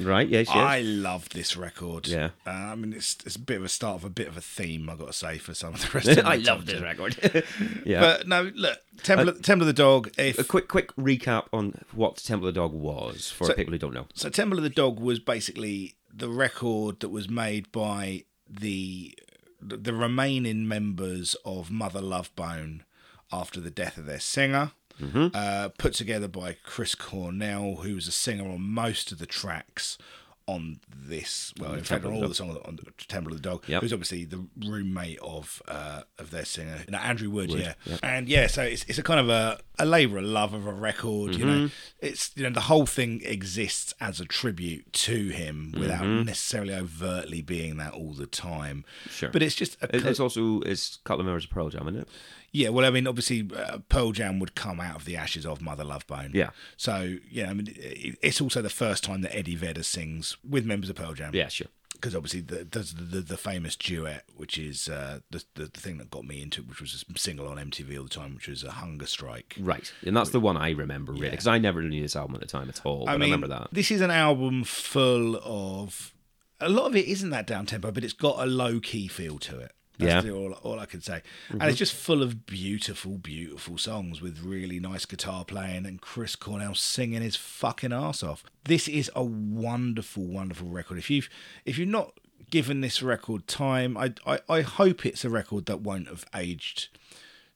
[SPEAKER 2] Right. Yes. Yes.
[SPEAKER 1] I love this record.
[SPEAKER 2] Yeah.
[SPEAKER 1] uh, I mean it's it's a bit of a start of a bit of a theme. I got to say for some of the rest. of my top ten.
[SPEAKER 2] record. yeah. Uh,
[SPEAKER 1] But no, look, Temple, of, Temple of the Dog. If
[SPEAKER 2] a quick quick recap on what Temple of the Dog was for
[SPEAKER 1] So-
[SPEAKER 2] people who don't know.
[SPEAKER 1] So Temple of the Dog was basically the record that was made by the the remaining members of Mother Love Bone after the death of their singer.
[SPEAKER 2] Mm-hmm.
[SPEAKER 1] Uh, put together by Chris Cornell, who was a singer on most of the tracks on this. Well, in fact, on all the songs on Temple of the Dog,
[SPEAKER 2] Yep.
[SPEAKER 1] who's obviously the roommate of uh, of their singer, no, Andrew Wood. yeah, and yeah, so it's, it's a kind of a, a labour of love of a record. You know,
[SPEAKER 2] Mm-hmm.
[SPEAKER 1] it's you know the whole thing exists as a tribute to him without
[SPEAKER 2] Mm-hmm.
[SPEAKER 1] necessarily overtly being that all the time.
[SPEAKER 2] Sure.
[SPEAKER 1] but it's just a
[SPEAKER 2] It- It's also it's a couple of members of Pearl Jam, isn't it?
[SPEAKER 1] yeah, well, I mean, obviously, uh, Pearl Jam would come out of the ashes of Mother Love Bone.
[SPEAKER 2] Yeah.
[SPEAKER 1] So, yeah, I mean, it, it's also the first time that Eddie Vedder sings with members of Pearl Jam.
[SPEAKER 2] Yeah, sure.
[SPEAKER 1] Because obviously, the, there's the, the, the famous duet, which is uh, the, the, the thing that got me into it, which was a single on MTV all the time, which was a hunger strike.
[SPEAKER 2] Right, and that's the one I remember really because I never knew this album at the time at all. But I, remember that.
[SPEAKER 1] This is an album full of a lot of it isn't that down tempo, but it's got a low key feel to it. That's
[SPEAKER 2] Yeah. Mm-hmm.
[SPEAKER 1] the- all, all I can say. And it's just full of beautiful, beautiful songs with really nice guitar playing and Chris Cornell singing his fucking ass off. This is a wonderful, wonderful record. If you've if you've not given this record time, I I, I hope it's a record that won't have aged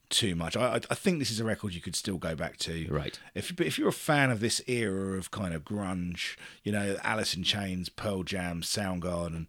[SPEAKER 1] too much. I, I- I think this is a record you could still go back to.
[SPEAKER 2] Right.
[SPEAKER 1] If but if you're a fan of this era of kind of grunge, you know Alice in Chains, Pearl Jam, Soundgarden,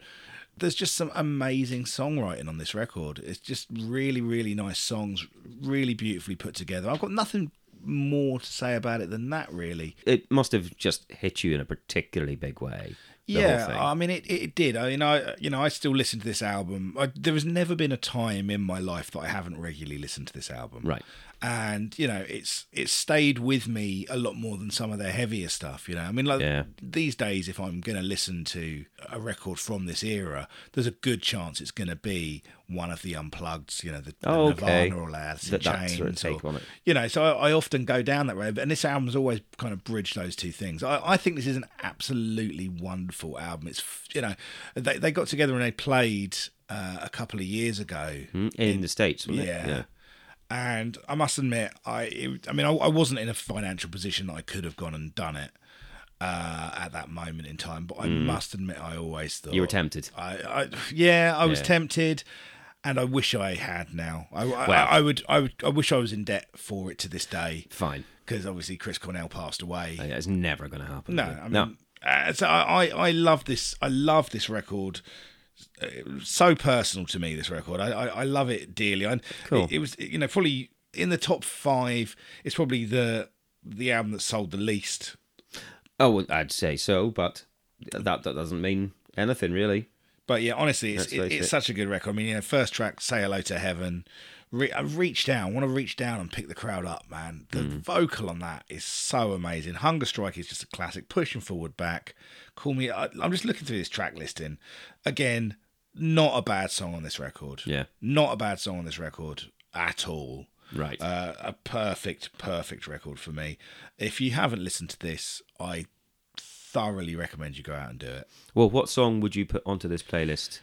[SPEAKER 1] there's just some amazing songwriting on this record. It's just really, really nice songs, really beautifully put together. I've got nothing more to say about it than that, really.
[SPEAKER 2] It must have just hit you in a particularly big way. The
[SPEAKER 1] yeah, uh,
[SPEAKER 2] whole thing.
[SPEAKER 1] I mean it. It did. I mean, I you know I still listen to this album. I, there has never been a time in my life that I haven't regularly listened to this album.
[SPEAKER 2] Right.
[SPEAKER 1] and you know it's it's stayed with me a lot more than some of their heavier stuff you know i mean like
[SPEAKER 2] Yeah.
[SPEAKER 1] these days if i'm going to listen to a record from this era there's a good chance it's going to be one of the unplugged you know the, the
[SPEAKER 2] Oh, okay.
[SPEAKER 1] nirvana or Alice in
[SPEAKER 2] That- that
[SPEAKER 1] Chains
[SPEAKER 2] sort of
[SPEAKER 1] or-
[SPEAKER 2] take on it.
[SPEAKER 1] you know so I, I often go down that road but- and this album's always kind of bridged those two things i, I think this is an absolutely wonderful album it's f- you know they, they got together and they played uh, a couple of years ago
[SPEAKER 2] Mm, in the states, wasn't
[SPEAKER 1] yeah.
[SPEAKER 2] it? Yeah.
[SPEAKER 1] And I must admit, I it, I mean, I, I wasn't in a financial position that I could have gone and done it uh, at that moment in time. But I must admit, I always thought
[SPEAKER 2] Mm. You were tempted.
[SPEAKER 1] I, I yeah, I was
[SPEAKER 2] Yeah.
[SPEAKER 1] tempted, and I wish I had now. I, I,
[SPEAKER 2] Well-
[SPEAKER 1] I would, I would, I wish I was in debt for it to this day
[SPEAKER 2] Fine.
[SPEAKER 1] because obviously Chris Cornell passed away.
[SPEAKER 2] Yeah, It's never going to happen.
[SPEAKER 1] No,
[SPEAKER 2] is it?
[SPEAKER 1] I mean,
[SPEAKER 2] no.
[SPEAKER 1] Uh, so I, I, I love this. I love this record. It was So personal to me, this record. I, I, I love it dearly. And
[SPEAKER 2] Cool.
[SPEAKER 1] it, it was, you know, fully in the top five. It's probably the the album that sold the least.
[SPEAKER 2] Oh, well, I'd say so, but th- that that doesn't mean anything really.
[SPEAKER 1] But yeah, honestly, it's
[SPEAKER 2] Let's
[SPEAKER 1] it,
[SPEAKER 2] face
[SPEAKER 1] it's
[SPEAKER 2] it.
[SPEAKER 1] such a good record. I mean, you know, first track, "Say Hello to Heaven." Re- I reach down, want to reach down and pick the crowd up, man. The
[SPEAKER 2] Mm.
[SPEAKER 1] vocal on that is so amazing. "Hunger Strike" is just a classic. Pushing forward, back. Call me. I, I'm just looking through this track listing. Again, not a bad song on this record.
[SPEAKER 2] Yeah.
[SPEAKER 1] not a bad song on this record at all.
[SPEAKER 2] Right.
[SPEAKER 1] Uh, a perfect, perfect record for me. If you haven't listened to this, I thoroughly recommend you go out and do it.
[SPEAKER 2] Well, what song would you put onto this playlist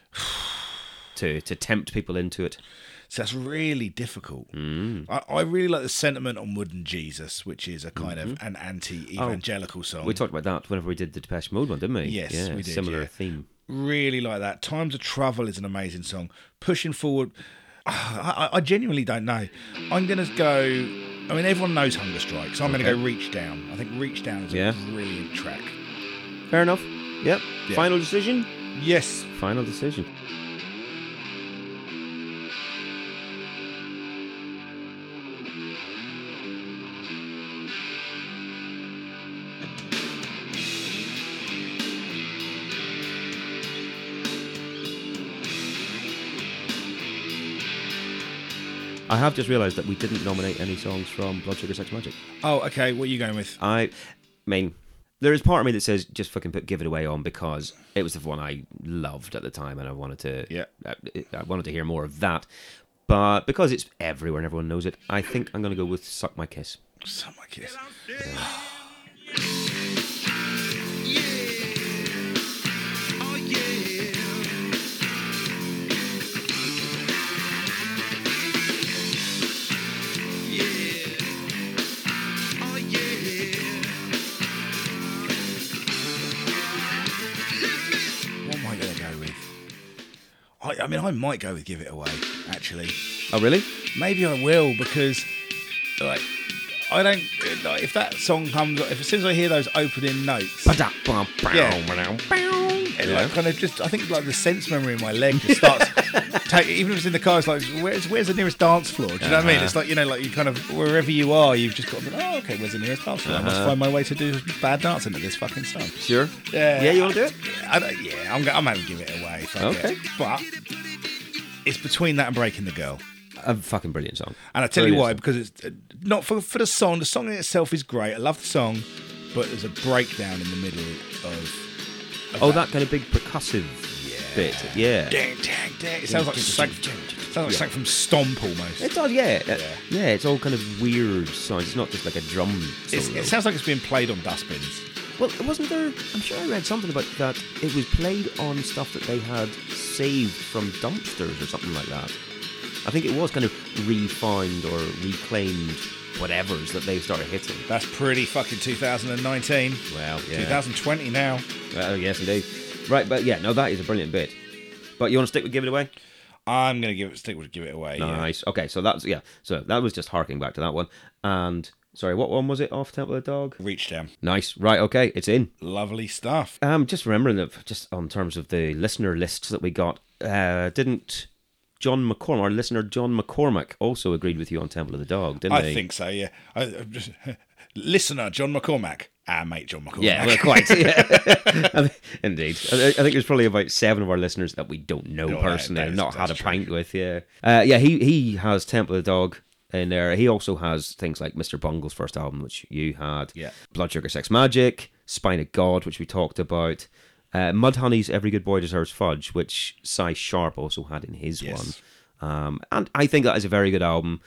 [SPEAKER 2] to to tempt people into it?
[SPEAKER 1] So that's really difficult. I, I really like the sentiment on Wooden Jesus, which is a kind of an anti-evangelical song.
[SPEAKER 2] We talked about that whenever we did the Depeche Mode one, didn't we?
[SPEAKER 1] Yes,
[SPEAKER 2] yeah,
[SPEAKER 1] we did,
[SPEAKER 2] Similar
[SPEAKER 1] yeah.
[SPEAKER 2] theme.
[SPEAKER 1] really like that. Times of Travel is an amazing song. Pushing Forward, I, I- I genuinely don't know. I'm going to go. I mean, everyone knows Hunger Strike, so I'm going to go Reach Down. I think Reach Down is
[SPEAKER 2] Yeah.
[SPEAKER 1] a brilliant track.
[SPEAKER 2] Fair enough. Yep.
[SPEAKER 1] Yeah.
[SPEAKER 2] Final decision.
[SPEAKER 1] Yes,
[SPEAKER 2] Final decision. I have just realised that we didn't nominate any songs from Blood Sugar Sex Magic.
[SPEAKER 1] Oh, okay. What are you going with?
[SPEAKER 2] I mean, there is part of me that says just fucking put "Give It Away" on because it was the one I loved at the time, and I wanted to.
[SPEAKER 1] Yeah.
[SPEAKER 2] I, I wanted to hear more of that, but because it's everywhere and everyone knows it, I think I'm going to go with "Suck My Kiss."
[SPEAKER 1] Summer Kiss. What am I going to go with? I, I mean, I might go with Give It Away, actually.
[SPEAKER 2] Oh, really?
[SPEAKER 1] Maybe I will because, like, I don't. Like, if that song comes, if as soon as I hear those opening notes, it, like, kind of just, I think like the sense memory in my leg just starts. take, even if it's in the car, it's like, where's where's the nearest dance floor? Do you know what I mean? It's
[SPEAKER 2] Uh-huh.
[SPEAKER 1] like you know, like you kind of wherever you are, you've just got. To, be like, oh, okay, where's the nearest dance floor? I
[SPEAKER 2] Uh-huh.
[SPEAKER 1] must find my way to do bad dancing at this fucking song.
[SPEAKER 2] Sure.
[SPEAKER 1] Yeah.
[SPEAKER 2] Yeah, you want to do it?
[SPEAKER 1] I don't, yeah, I'm, go- I'm having to give it away. Fuck
[SPEAKER 2] Okay.
[SPEAKER 1] It. But it's between that and breaking the girl.
[SPEAKER 2] A fucking brilliant song.
[SPEAKER 1] And I tell you
[SPEAKER 2] Brilliant
[SPEAKER 1] why,
[SPEAKER 2] song.
[SPEAKER 1] because it's uh, not for, for the song. The song in itself is great. I love the song, but there's a breakdown in the middle of. of
[SPEAKER 2] Oh, that kind of big percussive bit. Yeah.
[SPEAKER 1] Dang, dang, dang. It sounds like something sounds like something from Stomp almost.
[SPEAKER 2] It's all yeah, yeah.
[SPEAKER 1] Yeah.
[SPEAKER 2] It's all kind of weird sounds. It's not just like a drum. Solo.
[SPEAKER 1] It's- it sounds like it's being played on dustbins.
[SPEAKER 2] Well, wasn't there? I'm sure I read something about that. It was played on stuff that they had saved from dumpsters or something like that. I think it was kind of refined or reclaimed whatever's that they started hitting.
[SPEAKER 1] That's pretty fucking 2019.
[SPEAKER 2] Well,
[SPEAKER 1] 2020 now.
[SPEAKER 2] Oh, yes, indeed. Right, but yeah, no, that is a brilliant bit. But you want to stick with "Give It Away"?
[SPEAKER 1] I'm gonna give it. Stick with give it away. yeah.
[SPEAKER 2] Nice. Okay, so that's yeah. So that was just harking back to that one. And sorry, what one was it? Off Temple of the Dog.
[SPEAKER 1] Reach down.
[SPEAKER 2] Nice. Right. Okay, it's in.
[SPEAKER 1] Lovely stuff.
[SPEAKER 2] Um, just remembering that, just on terms of the listener lists that we got, uh, didn't John McCormack, our listener John McCormack, also agreed with you on Temple of the Dog, didn't
[SPEAKER 1] I
[SPEAKER 2] he?
[SPEAKER 1] think so. Yeah. I, I'm just, listener John McCormack. Our mate John McCormack.
[SPEAKER 2] Yeah, well, quite. yeah. I thi- Indeed. I thi- I think there's probably about seven of our listeners that we don't know
[SPEAKER 1] No, that-
[SPEAKER 2] personally,
[SPEAKER 1] that is-
[SPEAKER 2] not had a
[SPEAKER 1] that's
[SPEAKER 2] pint with. Yeah, uh, yeah. He he has Temple of the Dog in there. He also has things like Mr. Bungle's first album, which you had.
[SPEAKER 1] Yeah.
[SPEAKER 2] Blood Sugar Sex Magic, Spine of God, which we talked about. Uh, Mudhoney's Every Good Boy Deserves Fudge, which Cy Sharp also had in his
[SPEAKER 1] Yes.
[SPEAKER 2] one. Um, and I think that is a very good album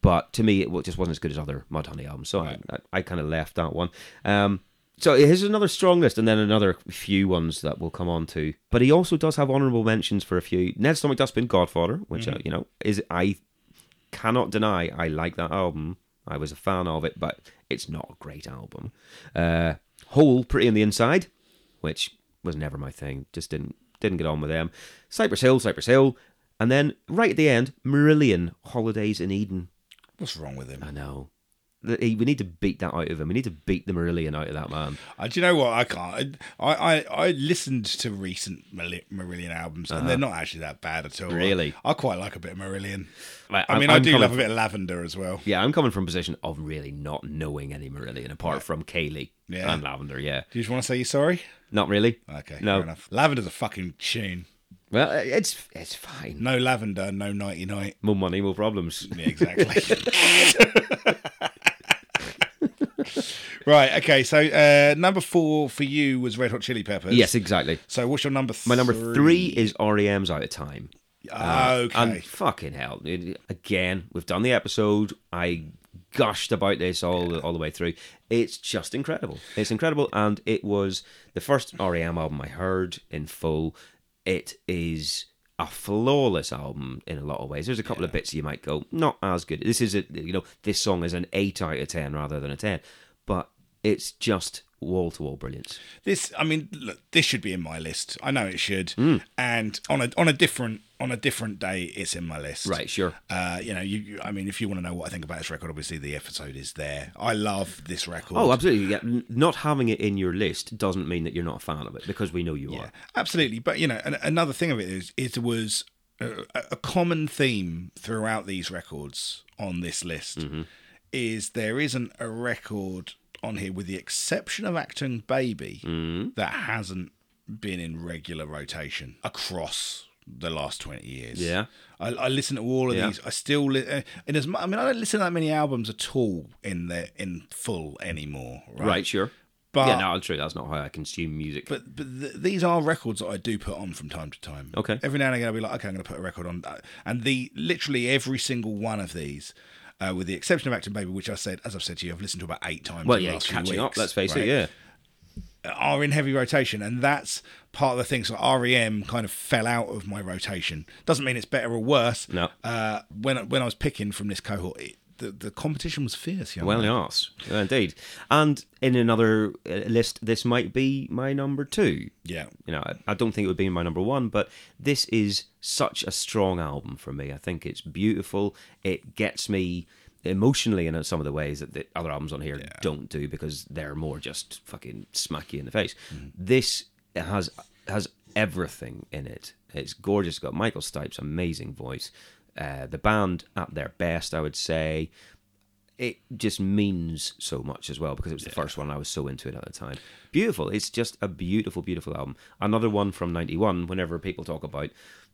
[SPEAKER 2] but to me, it wa- just wasn't as good as other Mudhoney albums. So I, I, I kind of left that one. Um, so here's another strong list, and then another few ones that we'll come on to. But he also does have honourable mentions for a few. Ned Stomach Dustbin, Godfather, which uh, you know is I cannot deny I like that album. I was a fan of it, but it's not a great album. Uh, Hole, Pretty on the Inside, which was never my thing. Just didn't didn't get on with them. Cypress Hill, Cypress Hill, and then right at the end, Marillion, Holidays in Eden.
[SPEAKER 1] What's wrong with him?
[SPEAKER 2] I know. The- he- We need to beat that out of him. We need to beat the Marillion out of that man.
[SPEAKER 1] Uh, do you know what? I can't. I I, I listened to recent Mali- Marillion albums, and they're not actually that bad at all.
[SPEAKER 2] Uh-huh. Really?
[SPEAKER 1] I, I quite like a bit of Marillion.
[SPEAKER 2] Like,
[SPEAKER 1] I
[SPEAKER 2] I'm-
[SPEAKER 1] mean, i
[SPEAKER 2] I'm
[SPEAKER 1] do
[SPEAKER 2] coming-
[SPEAKER 1] love a bit of Lavender as well.
[SPEAKER 2] Yeah, I'm coming from a position of really not knowing any Marillion apart from Kaylee
[SPEAKER 1] Yeah.
[SPEAKER 2] and Lavender. Yeah,
[SPEAKER 1] Do you just want to say you're sorry?
[SPEAKER 2] not really.
[SPEAKER 1] Okay,
[SPEAKER 2] no.
[SPEAKER 1] fair enough. Lavender's a fucking tune.
[SPEAKER 2] Well, it's it's fine.
[SPEAKER 1] No lavender, no nighty night.
[SPEAKER 2] More money, more problems.
[SPEAKER 1] Yeah, exactly. right. Okay. So uh, number four for you was Red Hot Chili Peppers.
[SPEAKER 2] Yes, exactly.
[SPEAKER 1] So what's your number? Three? Ah,
[SPEAKER 2] My number three uh, um, is REM's Out of Time.
[SPEAKER 1] okay.
[SPEAKER 2] And fucking hell. it- Again, we've done the episode. I gushed about this all all the way through. It's just incredible. It's incredible and E it was the first REM album I heard in full. It is a flawless album in a lot of ways. There's a couple of bits you might go not as good. This is a you know this song is an eight out of ten rather than a ten, but it's just wall to wall brilliance.
[SPEAKER 1] This, I mean, look, this should be in my list. I know it should.
[SPEAKER 2] Mm.
[SPEAKER 1] And on a on a different on a different day, it's in my list.
[SPEAKER 2] Right, sure.
[SPEAKER 1] Uh, you know, you, you. I mean, if you want to know what I think about this record, obviously the episode is there. I love this record.
[SPEAKER 2] Oh, absolutely. Yeah. N- Not having it in your list doesn't mean that you're not a fan of it because we know you are.
[SPEAKER 1] absolutely. But you know, an, another thing of it is it was a, a common theme throughout these records on this list
[SPEAKER 2] Mm-hmm.
[SPEAKER 1] is there isn't a record on here with the exception of Acton Baby
[SPEAKER 2] Mm-hmm.
[SPEAKER 1] that hasn't been in regular rotation across the last 20 years
[SPEAKER 2] Yeah.
[SPEAKER 1] i, I listen to all of
[SPEAKER 2] Yeah.
[SPEAKER 1] these i still li- uh, and as mu- i mean i don't listen to that many albums at all in the in full anymore right,
[SPEAKER 2] Right, sure.
[SPEAKER 1] But-
[SPEAKER 2] yeah, no, I'm sure that's not how I consume music.
[SPEAKER 1] but but th- these are records that I do put on from time to time.
[SPEAKER 2] Okay.
[SPEAKER 1] Every now and again, I'll be like, okay, I'm going to put a record on, Uh, and the literally every single one of these, uh, with the exception of Acton Baby, which I said, as I've said to you, I've listened to about eight times.
[SPEAKER 2] well,
[SPEAKER 1] in the
[SPEAKER 2] yeah,
[SPEAKER 1] last
[SPEAKER 2] it's
[SPEAKER 1] few
[SPEAKER 2] catching up.
[SPEAKER 1] weeks,
[SPEAKER 2] Let's face
[SPEAKER 1] right? Uh,
[SPEAKER 2] it. Yeah.
[SPEAKER 1] are in heavy rotation, and that's part of the thing. So REM kind of fell out of my rotation. Doesn't mean it's better or worse.
[SPEAKER 2] No.
[SPEAKER 1] Uh, when when I was picking from this cohort, it, the the competition was fierce. Young
[SPEAKER 2] Well,
[SPEAKER 1] man.
[SPEAKER 2] yes, indeed. And in another uh, list, this might be my number two.
[SPEAKER 1] yeah.
[SPEAKER 2] You know, I- I don't think it would be my number one, but this is such a strong album for me. I think it's beautiful. It gets me emotionally in some of the ways that the other albums on here don't do because they're more just fucking smack you in the face. This has has everything in it. It's gorgeous. It's got Michael Stipe's amazing voice. Uh, the band at their best, I would say it just means so much as well because it was the first one I was so into it at the time. Beautiful. It's just a beautiful, beautiful album. Another one from '91. Whenever people talk about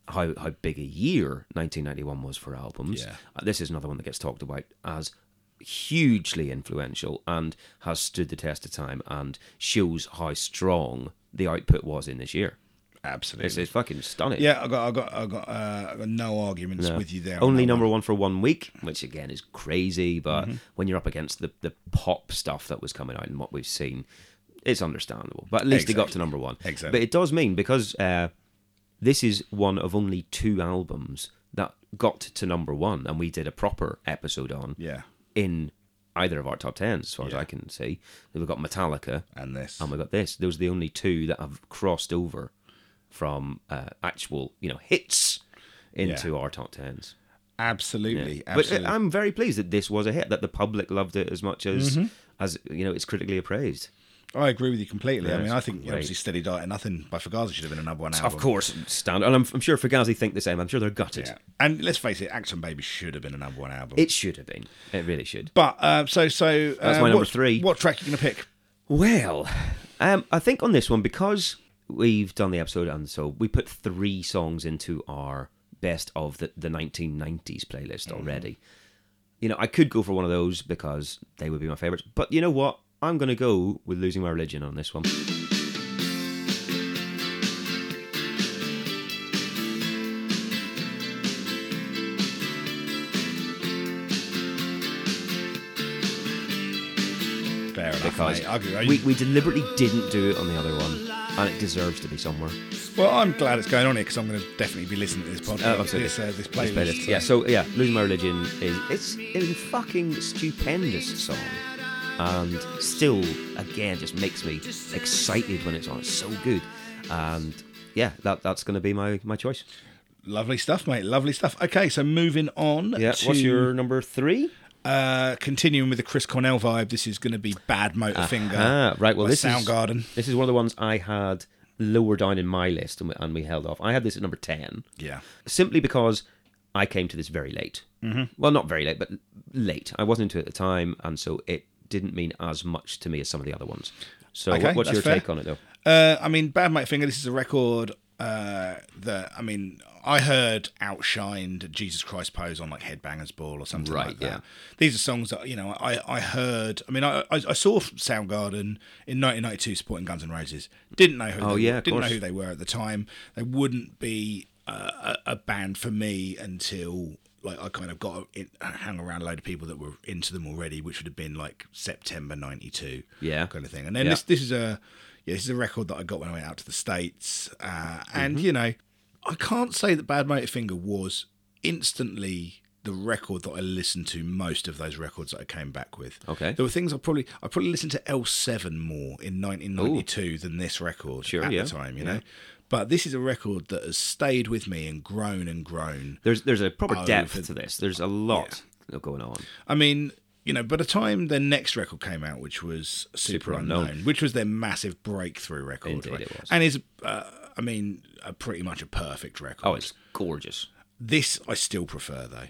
[SPEAKER 2] how how big a year 1991 was for albums,
[SPEAKER 1] Yeah.
[SPEAKER 2] uh, this is another one that gets talked about as hugely influential and has stood the test of time and shows how strong the output was in this year.
[SPEAKER 1] Absolutely.
[SPEAKER 2] It's, it's fucking stunning.
[SPEAKER 1] yeah, I got, I got, I got, uh, I got no arguments with you there. on
[SPEAKER 2] Only
[SPEAKER 1] that
[SPEAKER 2] number one. for one week, which again is crazy, but
[SPEAKER 1] Mm-hmm.
[SPEAKER 2] when you're up against the, the pop stuff that was coming out and what we've seen, it's understandable. But at least they got to
[SPEAKER 1] Exactly.
[SPEAKER 2] number one.
[SPEAKER 1] Exactly.
[SPEAKER 2] But it does mean because uh, this is one of only two albums that got to number one, and we did a proper episode on
[SPEAKER 1] Yeah.
[SPEAKER 2] in either of our top tens, as far as
[SPEAKER 1] Yeah.
[SPEAKER 2] I can see. We've got Metallica
[SPEAKER 1] and this.
[SPEAKER 2] and we got this. Those are the only two that have crossed over from uh, actual, you know, hits into our top tens.
[SPEAKER 1] absolutely,
[SPEAKER 2] But
[SPEAKER 1] absolutely.
[SPEAKER 2] uh, I'm very pleased that this was a hit, that the public loved it as much as as you know it's critically appraised.
[SPEAKER 1] I agree with you completely. I
[SPEAKER 2] Yeah,
[SPEAKER 1] mean,
[SPEAKER 2] it's
[SPEAKER 1] I think
[SPEAKER 2] great.
[SPEAKER 1] obviously Steady Diet and Nothing by Fugazi should have been a number one album.
[SPEAKER 2] Of course, stand, and I'm, I'm sure Fugazi think the same. I'm sure they're gutted.
[SPEAKER 1] Yeah. And let's face it, Acton Baby should have been a number one album.
[SPEAKER 2] It should have been. It really should.
[SPEAKER 1] but uh, so so uh,
[SPEAKER 2] That's my number
[SPEAKER 1] what-
[SPEAKER 2] three.
[SPEAKER 1] What track are you gonna pick?
[SPEAKER 2] Well, um, I think on this one because we've done the episode, and so we put three songs into our best of the, the 1990s playlist already. You know, I could go for one of those because they would be my favorites. But you know what? I'm going to go with losing my religion on this one.
[SPEAKER 1] Fair enough,
[SPEAKER 2] because
[SPEAKER 1] mate. I agree.
[SPEAKER 2] we, we deliberately didn't do it on the other one, and it deserves to be somewhere.
[SPEAKER 1] well, I'm glad it's going on here because I'm going to definitely be listening to this podcast,
[SPEAKER 2] Oh, absolutely.
[SPEAKER 1] this, uh, this
[SPEAKER 2] Let's
[SPEAKER 1] playlist.
[SPEAKER 2] play this. Yeah. So yeah, losing my religion is it's a fucking stupendous song, and still again just makes me excited when it's on. It's so good, and yeah, that that's gonna be my my choice.
[SPEAKER 1] Lovely stuff, mate. Lovely stuff. Okay, so moving on.
[SPEAKER 2] Yeah.
[SPEAKER 1] to,
[SPEAKER 2] What's your number three?
[SPEAKER 1] uh, continuing with the Chris Cornell vibe? This is going to be Bad Motorfinger.
[SPEAKER 2] Ah, right. Well,
[SPEAKER 1] by
[SPEAKER 2] this
[SPEAKER 1] Soundgarden.
[SPEAKER 2] is this is one of the ones I had lower down in my list, and we, and we held off. I had this at number ten.
[SPEAKER 1] Yeah.
[SPEAKER 2] simply because I came to this very late. Mm-hmm. Well, not very late, but late. I wasn't into it at the time, and so it didn't mean as much to me as some of the other ones. So,
[SPEAKER 1] Okay,
[SPEAKER 2] what- what's
[SPEAKER 1] that's
[SPEAKER 2] your
[SPEAKER 1] fair.
[SPEAKER 2] take on it, though?
[SPEAKER 1] Uh, I mean, Bad Mate Finger, this is a record uh, that, I mean, I heard outshined Jesus Christ Pose on like Headbangers Ball or something
[SPEAKER 2] Right,
[SPEAKER 1] like that.
[SPEAKER 2] yeah.
[SPEAKER 1] These are songs that, you know, I, I heard. I mean, I, I, I saw Soundgarden in 1992 supporting Guns N' Roses. Didn't know who
[SPEAKER 2] Oh,
[SPEAKER 1] they
[SPEAKER 2] yeah,
[SPEAKER 1] were.
[SPEAKER 2] of
[SPEAKER 1] Didn't know
[SPEAKER 2] course.
[SPEAKER 1] who they were at the time. They wouldn't be uh, a, a band for me until. Like I kind of got in, hang around a load of people that were into them already, which would have been like September '92,
[SPEAKER 2] Yeah.
[SPEAKER 1] kind of thing. And then
[SPEAKER 2] Yeah. Mm-hmm.
[SPEAKER 1] this this is a yeah, this is a record that I got when I went out to the states, uh, and you know, I can't say that Bad Motor Finger was instantly the record that I listened to most of those records that I came back with.
[SPEAKER 2] Okay.
[SPEAKER 1] There were things I probably I probably listened to L7 more in 1992 than this record
[SPEAKER 2] Sure,
[SPEAKER 1] at
[SPEAKER 2] yeah,
[SPEAKER 1] the time, you
[SPEAKER 2] yeah.
[SPEAKER 1] know. But this is a record that has stayed with me and grown and grown.
[SPEAKER 2] There's there's a proper
[SPEAKER 1] Oh,
[SPEAKER 2] depth
[SPEAKER 1] the-
[SPEAKER 2] to this. There's a lot going on.
[SPEAKER 1] I mean, you know, by the time their next record came out, which was Super,
[SPEAKER 2] Super
[SPEAKER 1] Unknown,
[SPEAKER 2] Unknown.
[SPEAKER 1] which was their massive breakthrough record,
[SPEAKER 2] Indeed
[SPEAKER 1] right?
[SPEAKER 2] it was.
[SPEAKER 1] and is, uh, I mean, a pretty much a perfect record.
[SPEAKER 2] Oh, it's gorgeous.
[SPEAKER 1] this I still prefer though.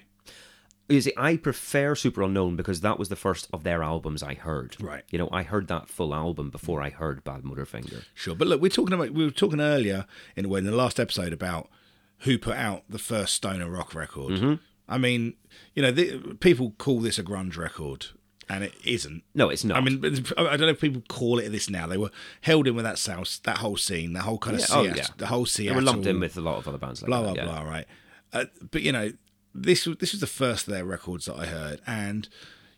[SPEAKER 2] You see, I prefer Super Unknown because that was the first of their albums I heard.
[SPEAKER 1] Right.
[SPEAKER 2] You know, I heard that full album before I heard Bad Motorfinger.
[SPEAKER 1] Sure, but look, we're talking about we were talking earlier in a way in the last episode about who put out the first stoner rock record.
[SPEAKER 2] Mm-hmm.
[SPEAKER 1] I mean, you know, the, people call this a grunge record, and it isn't.
[SPEAKER 2] No, it's not.
[SPEAKER 1] I mean, but it's- I don't know if people call it this now. They were held in with that south, that whole scene, that whole kind of
[SPEAKER 2] Yeah, oh,
[SPEAKER 1] Seattle,
[SPEAKER 2] yeah.
[SPEAKER 1] the whole
[SPEAKER 2] they
[SPEAKER 1] Seattle.
[SPEAKER 2] were lumped in with a lot of other bands like
[SPEAKER 1] blah
[SPEAKER 2] that.
[SPEAKER 1] blah
[SPEAKER 2] Oh, yeah.
[SPEAKER 1] blah, right? Uh, but you know, this was this was the first of their records that I heard, and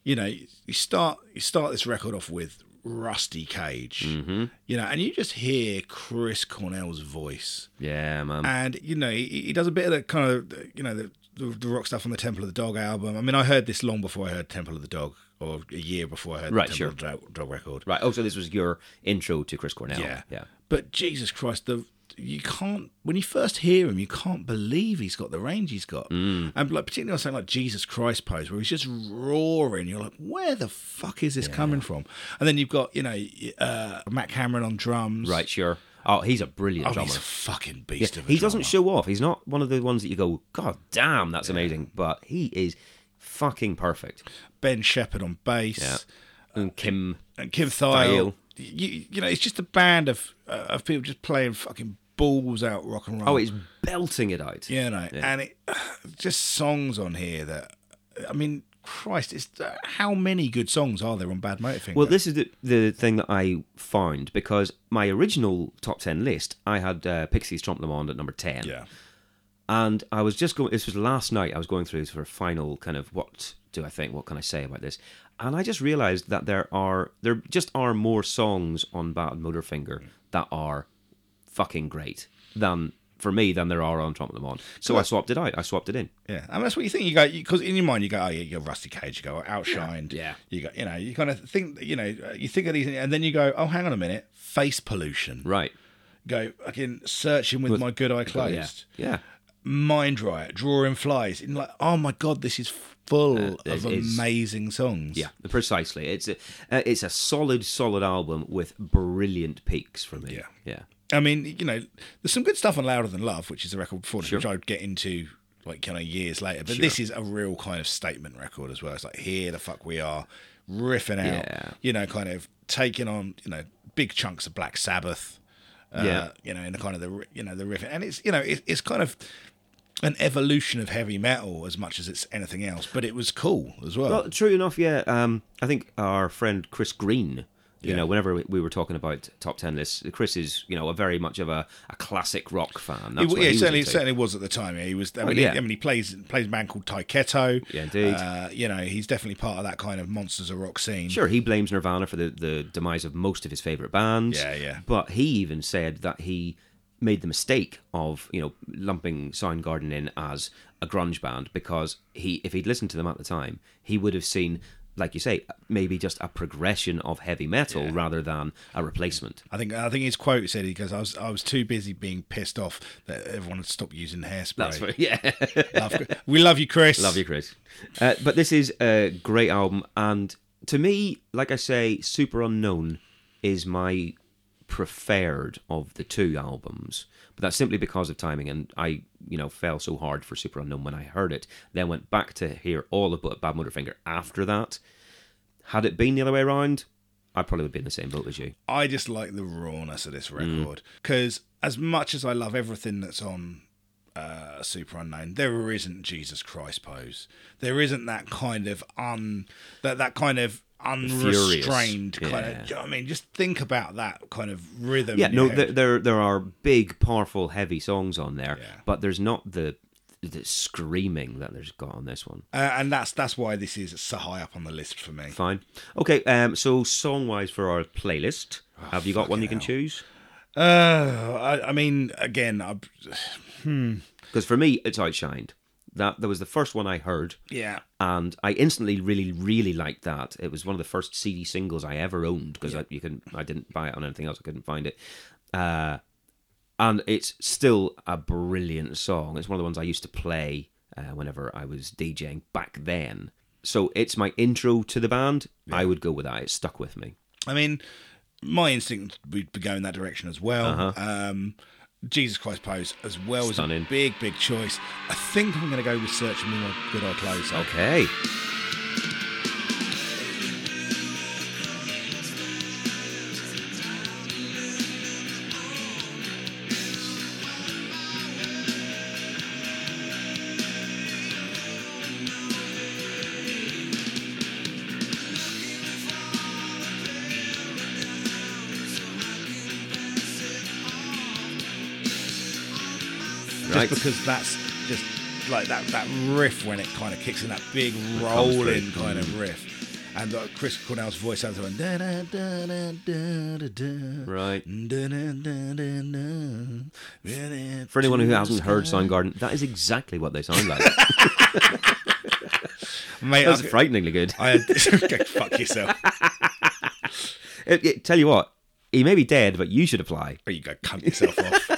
[SPEAKER 1] you know, you start you start this record off with Rusty Cage,
[SPEAKER 2] Mm-hmm.
[SPEAKER 1] you know, and you just hear Chris Cornell's voice,
[SPEAKER 2] Yeah, man.
[SPEAKER 1] and you know, he, he does a bit of the kind of you know the, the, the rock stuff on the Temple of the Dog album. I mean, I heard this long before I heard Temple of the Dog, or a year before I heard
[SPEAKER 2] Right,
[SPEAKER 1] the
[SPEAKER 2] sure.
[SPEAKER 1] Temple of the Dog, Dog record.
[SPEAKER 2] right. Oh, so this was your intro to Chris Cornell.
[SPEAKER 1] Yeah.
[SPEAKER 2] Yeah.
[SPEAKER 1] But Jesus Christ, the you can't when you first hear him, you can't believe he's got the range he's got.
[SPEAKER 2] Mm.
[SPEAKER 1] And like particularly on something like Jesus Christ pose, where he's just roaring, you're like, where the fuck is this coming from? And then you've got you know uh, Matt Cameron on drums,
[SPEAKER 2] Right, sure. Oh, he's a brilliant
[SPEAKER 1] Oh,
[SPEAKER 2] drummer.
[SPEAKER 1] he's a fucking
[SPEAKER 2] Yeah,
[SPEAKER 1] beast of a
[SPEAKER 2] he doesn't
[SPEAKER 1] drummer.
[SPEAKER 2] show off. He's not one of the ones that you go, God damn, that's amazing. But he is fucking perfect.
[SPEAKER 1] Ben Shepherd on bass.
[SPEAKER 2] Yeah.
[SPEAKER 1] Uh,
[SPEAKER 2] And Kim,
[SPEAKER 1] and Kim Thayil.
[SPEAKER 2] Thayil.
[SPEAKER 1] You, you know, it's just a band of uh, of people just playing fucking balls out rock and roll.
[SPEAKER 2] oh, he's belting it out.
[SPEAKER 1] Yeah, no, and it just songs on here that I mean, Christ, it's uh, how many good songs are there on Bad Motorfinger?
[SPEAKER 2] Well, this is the, the thing that I found because my original top 10 list, I had uh, Pixies Trompe Le Monde at number 10.
[SPEAKER 1] yeah,
[SPEAKER 2] And I was just going, this was last night, I was going through for a final kind of what do I think, what can I say about this? And I just realized that there are, there just are more songs on Bad Motorfinger that are fucking great than, for me, than there are on Trump Le Monde. So I swapped it out, I swapped it in.
[SPEAKER 1] yeah. I mean, that's what you think. You go because in your mind you go, oh, yeah, you're Rusty Cage. You go outshined.
[SPEAKER 2] Yeah.
[SPEAKER 1] you go. You know, you kind of think. You know, you think of these, and then you go, oh, hang on a minute, face pollution.
[SPEAKER 2] Right.
[SPEAKER 1] Go again, searching with, my good eye closed.
[SPEAKER 2] Yeah. Yeah.
[SPEAKER 1] Mind riot, drawing flies. And like, oh my god, this is full
[SPEAKER 2] Uh, it
[SPEAKER 1] of
[SPEAKER 2] is.
[SPEAKER 1] amazing songs.
[SPEAKER 2] Yeah, precisely. It's a, uh, it's a solid, solid album with brilliant peaks for me.
[SPEAKER 1] Yeah.
[SPEAKER 2] yeah.
[SPEAKER 1] I mean, you know, there's some good stuff on Louder Than Love, which is a record before, this, which I'd get into like kind of years later. But this is a real kind of statement record as well. It's like here the fuck we are, riffing out,
[SPEAKER 2] Yeah.
[SPEAKER 1] you know, kind of taking on, you know, big chunks of Black Sabbath. Uh,
[SPEAKER 2] Yeah.
[SPEAKER 1] you know, in the kind of the ri- you know the riffing, and it's you know it, it's kind of an evolution of heavy metal as much as it's anything else. But it was cool as well.
[SPEAKER 2] Well, true enough. Yeah. Um, I think our friend Chris Green. You know, whenever we- we were talking about top ten lists, Chris is you know a very much of a, a classic rock fan.
[SPEAKER 1] He,
[SPEAKER 2] That's what
[SPEAKER 1] yeah,
[SPEAKER 2] he was
[SPEAKER 1] certainly,
[SPEAKER 2] into.
[SPEAKER 1] certainly was at the time. He was. I mean,
[SPEAKER 2] yeah.
[SPEAKER 1] he, I mean, he plays plays a man called Ty Ketto.
[SPEAKER 2] Yeah, indeed.
[SPEAKER 1] Uh, you know, he's definitely part of that kind of monsters of rock scene.
[SPEAKER 2] Sure, he blames Nirvana for the, the demise of most of his favorite bands.
[SPEAKER 1] Yeah, yeah.
[SPEAKER 2] But he even said that he made the mistake of you know lumping Soundgarden in as a grunge band because he, if he'd listened to them at the time, he would have seen, like you say, maybe just a progression of heavy metal rather than a replacement.
[SPEAKER 1] I think I think his quote said he goes, "I was I was too busy being pissed off that everyone had stopped using hairspray."
[SPEAKER 2] That's right. Yeah.
[SPEAKER 1] Love- we love you, Chris.
[SPEAKER 2] Love you, Chris. Uh, but this is a great album, and to me, like I say, Super Unknown is my preferred of the two albums. But that's simply because of timing, and I, you know, fell so hard for Super Unknown when I heard it. Then went back to hear all about Bad Motorfinger after that. Had it been the other way around, I probably would be in the same boat as you.
[SPEAKER 1] I just like the rawness of this
[SPEAKER 2] Mm.
[SPEAKER 1] record because as much as I love everything that's on uh, Super Unknown, there isn't Jesus Christ pose. There isn't that kind of un that that kind of unrestrained
[SPEAKER 2] Furious,
[SPEAKER 1] kind
[SPEAKER 2] yeah.
[SPEAKER 1] of. do you know what I mean, just think about that kind of rhythm.
[SPEAKER 2] Yeah,
[SPEAKER 1] in your
[SPEAKER 2] no,
[SPEAKER 1] head.
[SPEAKER 2] there, there there are big, powerful, heavy songs on there,
[SPEAKER 1] Yeah.
[SPEAKER 2] but there's not the the screaming that there's got on this one.
[SPEAKER 1] Uh, and that's that's why this is so high up on the list for me.
[SPEAKER 2] Fine. Okay, um, so song wise for our playlist, have you got one you can choose?
[SPEAKER 1] Uh, I, I mean, again, I,
[SPEAKER 2] Because for me, it's outshined. That that was the first one I heard,
[SPEAKER 1] Yeah.
[SPEAKER 2] and I instantly really, really liked that. It was one of the first CD singles I ever owned because I you can I didn't buy it on anything else. I couldn't find it. Uh, and it's still a brilliant song. It's one of the ones I used to play uh, whenever I was DJing back then. So it's my intro to the band. I would go with that. It stuck with me.
[SPEAKER 1] I mean, my instinct would be going that direction as well. Um, Jesus Christ Pose as well was
[SPEAKER 2] Uh-huh. Stunning.
[SPEAKER 1] a big, big choice. I think I'm going to go with Search Me My Good Old Clothes.
[SPEAKER 2] Okay.
[SPEAKER 1] just
[SPEAKER 2] Right.
[SPEAKER 1] because that's just like that, that riff when it kind of kicks in, that big
[SPEAKER 2] comes through.
[SPEAKER 1] rolling kind of riff. And uh, Chris Cornell's voice out there went, da da da da da da da.
[SPEAKER 2] Right.
[SPEAKER 1] Da, da, da, da, da. Really
[SPEAKER 2] For anyone who
[SPEAKER 1] to
[SPEAKER 2] hasn't
[SPEAKER 1] the
[SPEAKER 2] heard
[SPEAKER 1] sky.
[SPEAKER 2] Soundgarden, that is exactly what they sound like.
[SPEAKER 1] mate,
[SPEAKER 2] That's
[SPEAKER 1] I-
[SPEAKER 2] frighteningly good.
[SPEAKER 1] I had, go fuck yourself.
[SPEAKER 2] It- it- tell you what, he may be dead, but you should apply.
[SPEAKER 1] Or you go cunt yourself off.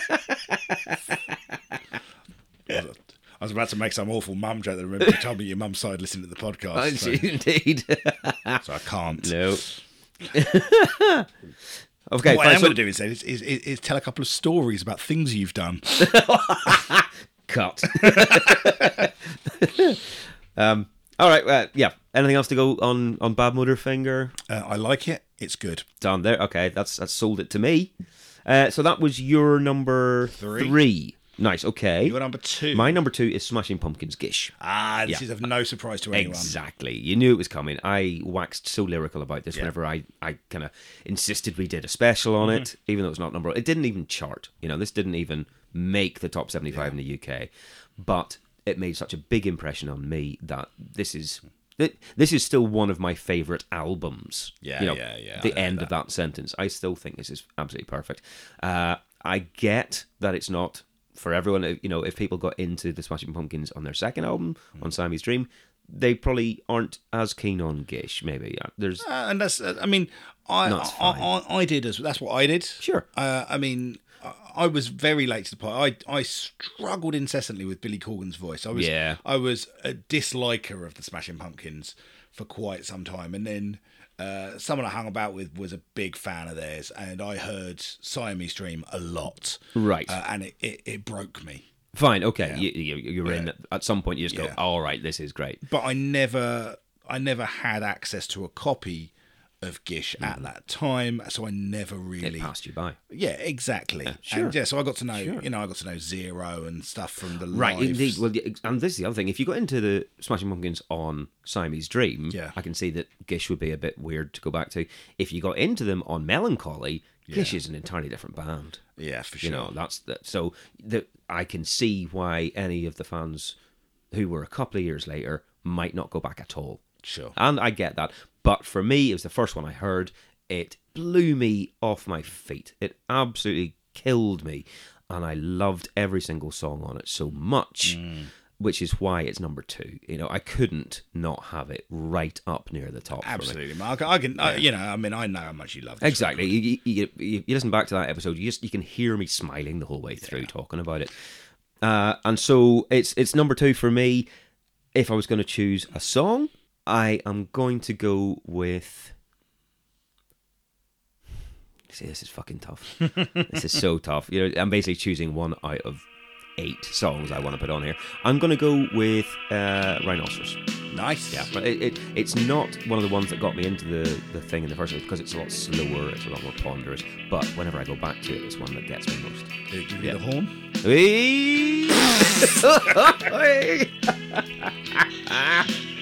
[SPEAKER 1] I was- I was about to make some awful mum joke that I remember you told me your mum started listening to the podcast. So,
[SPEAKER 2] Indeed.
[SPEAKER 1] so I can't.
[SPEAKER 2] no. okay,
[SPEAKER 1] what I
[SPEAKER 2] fine.
[SPEAKER 1] am
[SPEAKER 2] So,
[SPEAKER 1] going to do instead is, is, is, is tell a couple of stories about things you've done.
[SPEAKER 2] cut. um, all right. Uh, yeah. Anything else to go on on Bad Motor Finger?
[SPEAKER 1] Uh, I like it. It's good.
[SPEAKER 2] Done there. Okay, that's that's sold it to me. Uh, so that was your number three. Nice. Okay.
[SPEAKER 1] You're number two.
[SPEAKER 2] My number two is Smashing Pumpkins Gish.
[SPEAKER 1] ah, this is of no surprise to anyone.
[SPEAKER 2] Exactly. You knew it was coming. I waxed so lyrical about this whenever I, I kind of insisted we did a special on it, even though it's not number. It didn't even chart. You know, this didn't even make the top 75 in the UK, but it made such a big impression on me that this is. th- This is still one of my favorite albums.
[SPEAKER 1] Yeah,
[SPEAKER 2] You know,
[SPEAKER 1] yeah, yeah, I
[SPEAKER 2] The
[SPEAKER 1] know
[SPEAKER 2] end of that sentence, I still think this is absolutely perfect. Uh, I get that it's not for everyone. If- You know, if people got into the Smashing Pumpkins on their second album,
[SPEAKER 1] Hmm.
[SPEAKER 2] on Siamese Dream, they probably aren't as keen on Gish. Maybe Uh, there's
[SPEAKER 1] Uh, and that's, uh, I mean, I,
[SPEAKER 2] No, it's
[SPEAKER 1] I, I, I did as that's what I did.
[SPEAKER 2] Sure.
[SPEAKER 1] Uh, I mean, I, I was very late to the party. I, I struggled incessantly with Billy Corgan's voice. I was,
[SPEAKER 2] Yeah.
[SPEAKER 1] I was a disliker of the Smashing Pumpkins for quite some time, and then. Uh, someone I hung about with was a big fan of theirs, and I heard Siamese Dream a lot.
[SPEAKER 2] Right.
[SPEAKER 1] Uh, and it, it, it broke me.
[SPEAKER 2] fine. Okay, you, you, you're in. At some point, you just
[SPEAKER 1] Yeah.
[SPEAKER 2] go, "All right, this is great."
[SPEAKER 1] but I never I never had access to a copy of Gish
[SPEAKER 2] Mm.
[SPEAKER 1] at that time, so I never really.
[SPEAKER 2] Passed you by.
[SPEAKER 1] Yeah, exactly.
[SPEAKER 2] sure.
[SPEAKER 1] And yeah, so I got to know you know I got to know Zero and stuff from the
[SPEAKER 2] Right,
[SPEAKER 1] lives.
[SPEAKER 2] indeed. Well, yeah, and this is the other thing. If you got into the Smashing Pumpkins on Siamese Dream,
[SPEAKER 1] Yeah.
[SPEAKER 2] I can see that Gish would be a bit weird to go back to. If you got into them on Melancholy, Gish is an entirely different band.
[SPEAKER 1] Yeah, for
[SPEAKER 2] You
[SPEAKER 1] sure.
[SPEAKER 2] know, that's that. So the, I can see why any of the fans who were a couple of years later might not go back at all.
[SPEAKER 1] Sure.
[SPEAKER 2] And I get that. But for me, it was the first one I heard. It blew me off my feet. It absolutely killed me. And I loved every single song on it so much, which is why it's number two. You know, I couldn't not have it right up near the top. for me.
[SPEAKER 1] Absolutely, Mark. I can, I, you know, I mean, I know how much you love this.
[SPEAKER 2] Exactly. You, you, you, you listen back to that episode, you just you can hear me smiling the whole way through talking about it. Uh, and so it's it's number two for me. If I was going to choose a song, I am going to go with. See, this is fucking tough. this is so tough. You know, I'm basically choosing one out of eight songs I want to put on here. I'm going to go with uh, Rhinoceros.
[SPEAKER 1] Nice.
[SPEAKER 2] Yeah, but it, it, it's not one of the ones that got me into the, the thing in the first place because it's a lot slower, it's a lot more ponderous. But whenever I go back to it, it's one that gets me most.
[SPEAKER 1] Did it give you
[SPEAKER 2] Yeah.
[SPEAKER 1] the horn?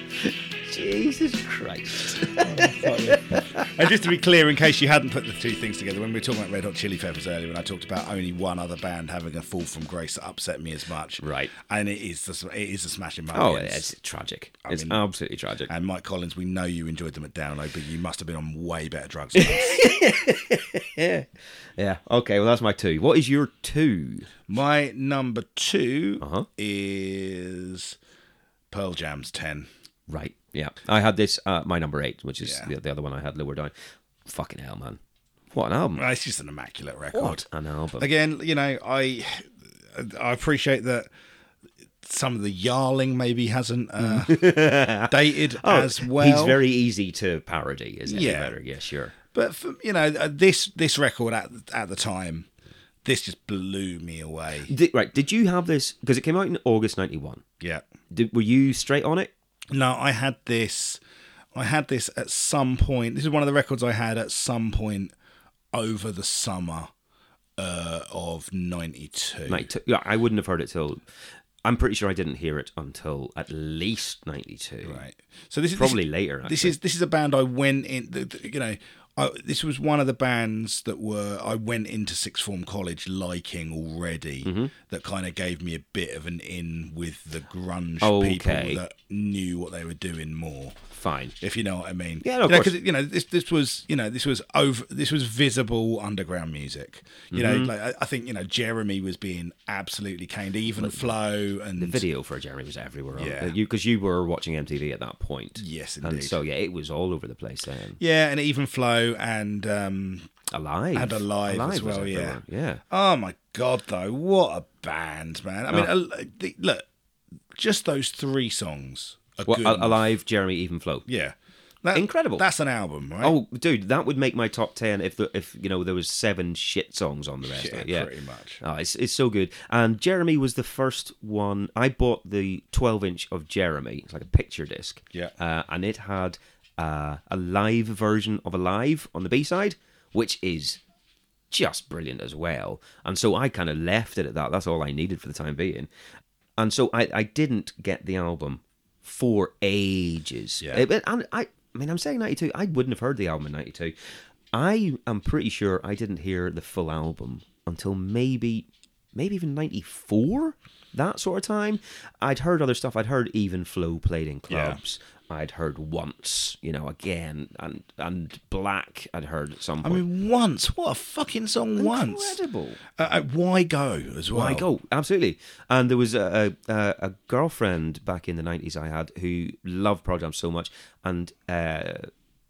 [SPEAKER 2] Jesus Christ.
[SPEAKER 1] Fuck me. and just to be clear, in case you hadn't put the two things together, when we were talking about Red Hot Chili Peppers earlier, and I talked about only one other band having a fall from grace that upset me as much,
[SPEAKER 2] Right.
[SPEAKER 1] And it is the it is the Smashing
[SPEAKER 2] Oh,
[SPEAKER 1] Pumpkins.
[SPEAKER 2] it's tragic. it's
[SPEAKER 1] mean-
[SPEAKER 2] absolutely tragic.
[SPEAKER 1] And Mike Collins, we know you enjoyed them at Download, but you must have been on way better drugs. than us.
[SPEAKER 2] yeah. Okay. Well, that's my two. What is your two?
[SPEAKER 1] My number 2
[SPEAKER 2] Uh-huh.
[SPEAKER 1] is Pearl Jam's Ten.
[SPEAKER 2] Right. Yeah. I had this. Uh, my number eight, which is
[SPEAKER 1] Yeah.
[SPEAKER 2] the, the other one I had lower down. Fucking hell, man! What an album!
[SPEAKER 1] Well, It's just an immaculate record.
[SPEAKER 2] What an album!
[SPEAKER 1] Again, you know, I I appreciate that some of the Yarling maybe hasn't uh, dated as well.
[SPEAKER 2] oh, He's very easy to parody, isn't he?
[SPEAKER 1] Yeah.
[SPEAKER 2] Better. Yeah. Sure.
[SPEAKER 1] But for, you know, uh, this this record at at the time, this just blew me away.
[SPEAKER 2] Did, right. Did you have this? Because it came out in August '91.
[SPEAKER 1] Yeah.
[SPEAKER 2] Did, were you straight on it?
[SPEAKER 1] No, I had this. I had this at some point. This is one of the records I had at some point over the summer uh, of '92.
[SPEAKER 2] Like, t- yeah, I wouldn't have heard it till. I'm pretty sure I didn't hear it until at least '92.
[SPEAKER 1] Right. So this is this-
[SPEAKER 2] Probably later. Actually.
[SPEAKER 1] This is this is a band I went in. The, the- you know, I, this was one of the bands that were I went into sixth form college liking already.
[SPEAKER 2] Mm-hmm.
[SPEAKER 1] That kind of gave me a bit of an in with the grunge
[SPEAKER 2] Oh, Okay.
[SPEAKER 1] people that knew what they were doing more.
[SPEAKER 2] fine.
[SPEAKER 1] If you know what I mean.
[SPEAKER 2] Yeah, no, of
[SPEAKER 1] you know,
[SPEAKER 2] course.
[SPEAKER 1] 'cause, you know this this was you know this was over this was visible underground music. You
[SPEAKER 2] Mm-hmm.
[SPEAKER 1] know, like I, I think you know Jeremy was being absolutely caned, even Flow and
[SPEAKER 2] The video for Jeremy was everywhere.
[SPEAKER 1] Yeah.
[SPEAKER 2] Yeah. You because you were watching MTV at that point.
[SPEAKER 1] Yes,
[SPEAKER 2] And
[SPEAKER 1] indeed.
[SPEAKER 2] so yeah, it was all over the place then.
[SPEAKER 1] yeah, and even Flow and um,
[SPEAKER 2] Alive
[SPEAKER 1] And Alive as
[SPEAKER 2] was
[SPEAKER 1] well, yeah.
[SPEAKER 2] everywhere, yeah.
[SPEAKER 1] Oh my god, though, what a band, man! I mean,
[SPEAKER 2] Oh.
[SPEAKER 1] al- the- look, just those three songs are
[SPEAKER 2] Well,
[SPEAKER 1] good.
[SPEAKER 2] Al- Alive, Jeremy, Even Flow.
[SPEAKER 1] yeah, That-
[SPEAKER 2] Incredible.
[SPEAKER 1] That's an album, right?
[SPEAKER 2] Oh, dude, that would make my top ten if the, if you know there was seven shit songs on the rest
[SPEAKER 1] Yeah,
[SPEAKER 2] of it. Yeah,
[SPEAKER 1] pretty much.
[SPEAKER 2] Oh, it's it's so good. And Jeremy was the first one. I bought the twelve inch of Jeremy. It's like a picture disc.
[SPEAKER 1] Yeah.
[SPEAKER 2] uh, and it had uh, a live version of Alive on the B side, which is just brilliant as well. And so I kind of left it at that. That's all I needed for the time being. And so I, I didn't get the album for ages.
[SPEAKER 1] Yeah.
[SPEAKER 2] It- but- and I, I mean, I'm saying 92. I wouldn't have heard the album in 92. I am pretty sure I didn't hear the full album until maybe, maybe even 94, that sort of time. I'd heard other stuff. I'd heard Even Flow played in
[SPEAKER 1] Yeah.
[SPEAKER 2] clubs. I'd heard Once, you know, again, and and Black. I'd heard at some
[SPEAKER 1] I
[SPEAKER 2] point.
[SPEAKER 1] mean, once, what a fucking song! Once,
[SPEAKER 2] Incredible.
[SPEAKER 1] Uh, uh, why go as well?
[SPEAKER 2] Why go? oh, Absolutely. And there was a, a a girlfriend back in the nineties I had who loved Pearl Jam so much, and uh,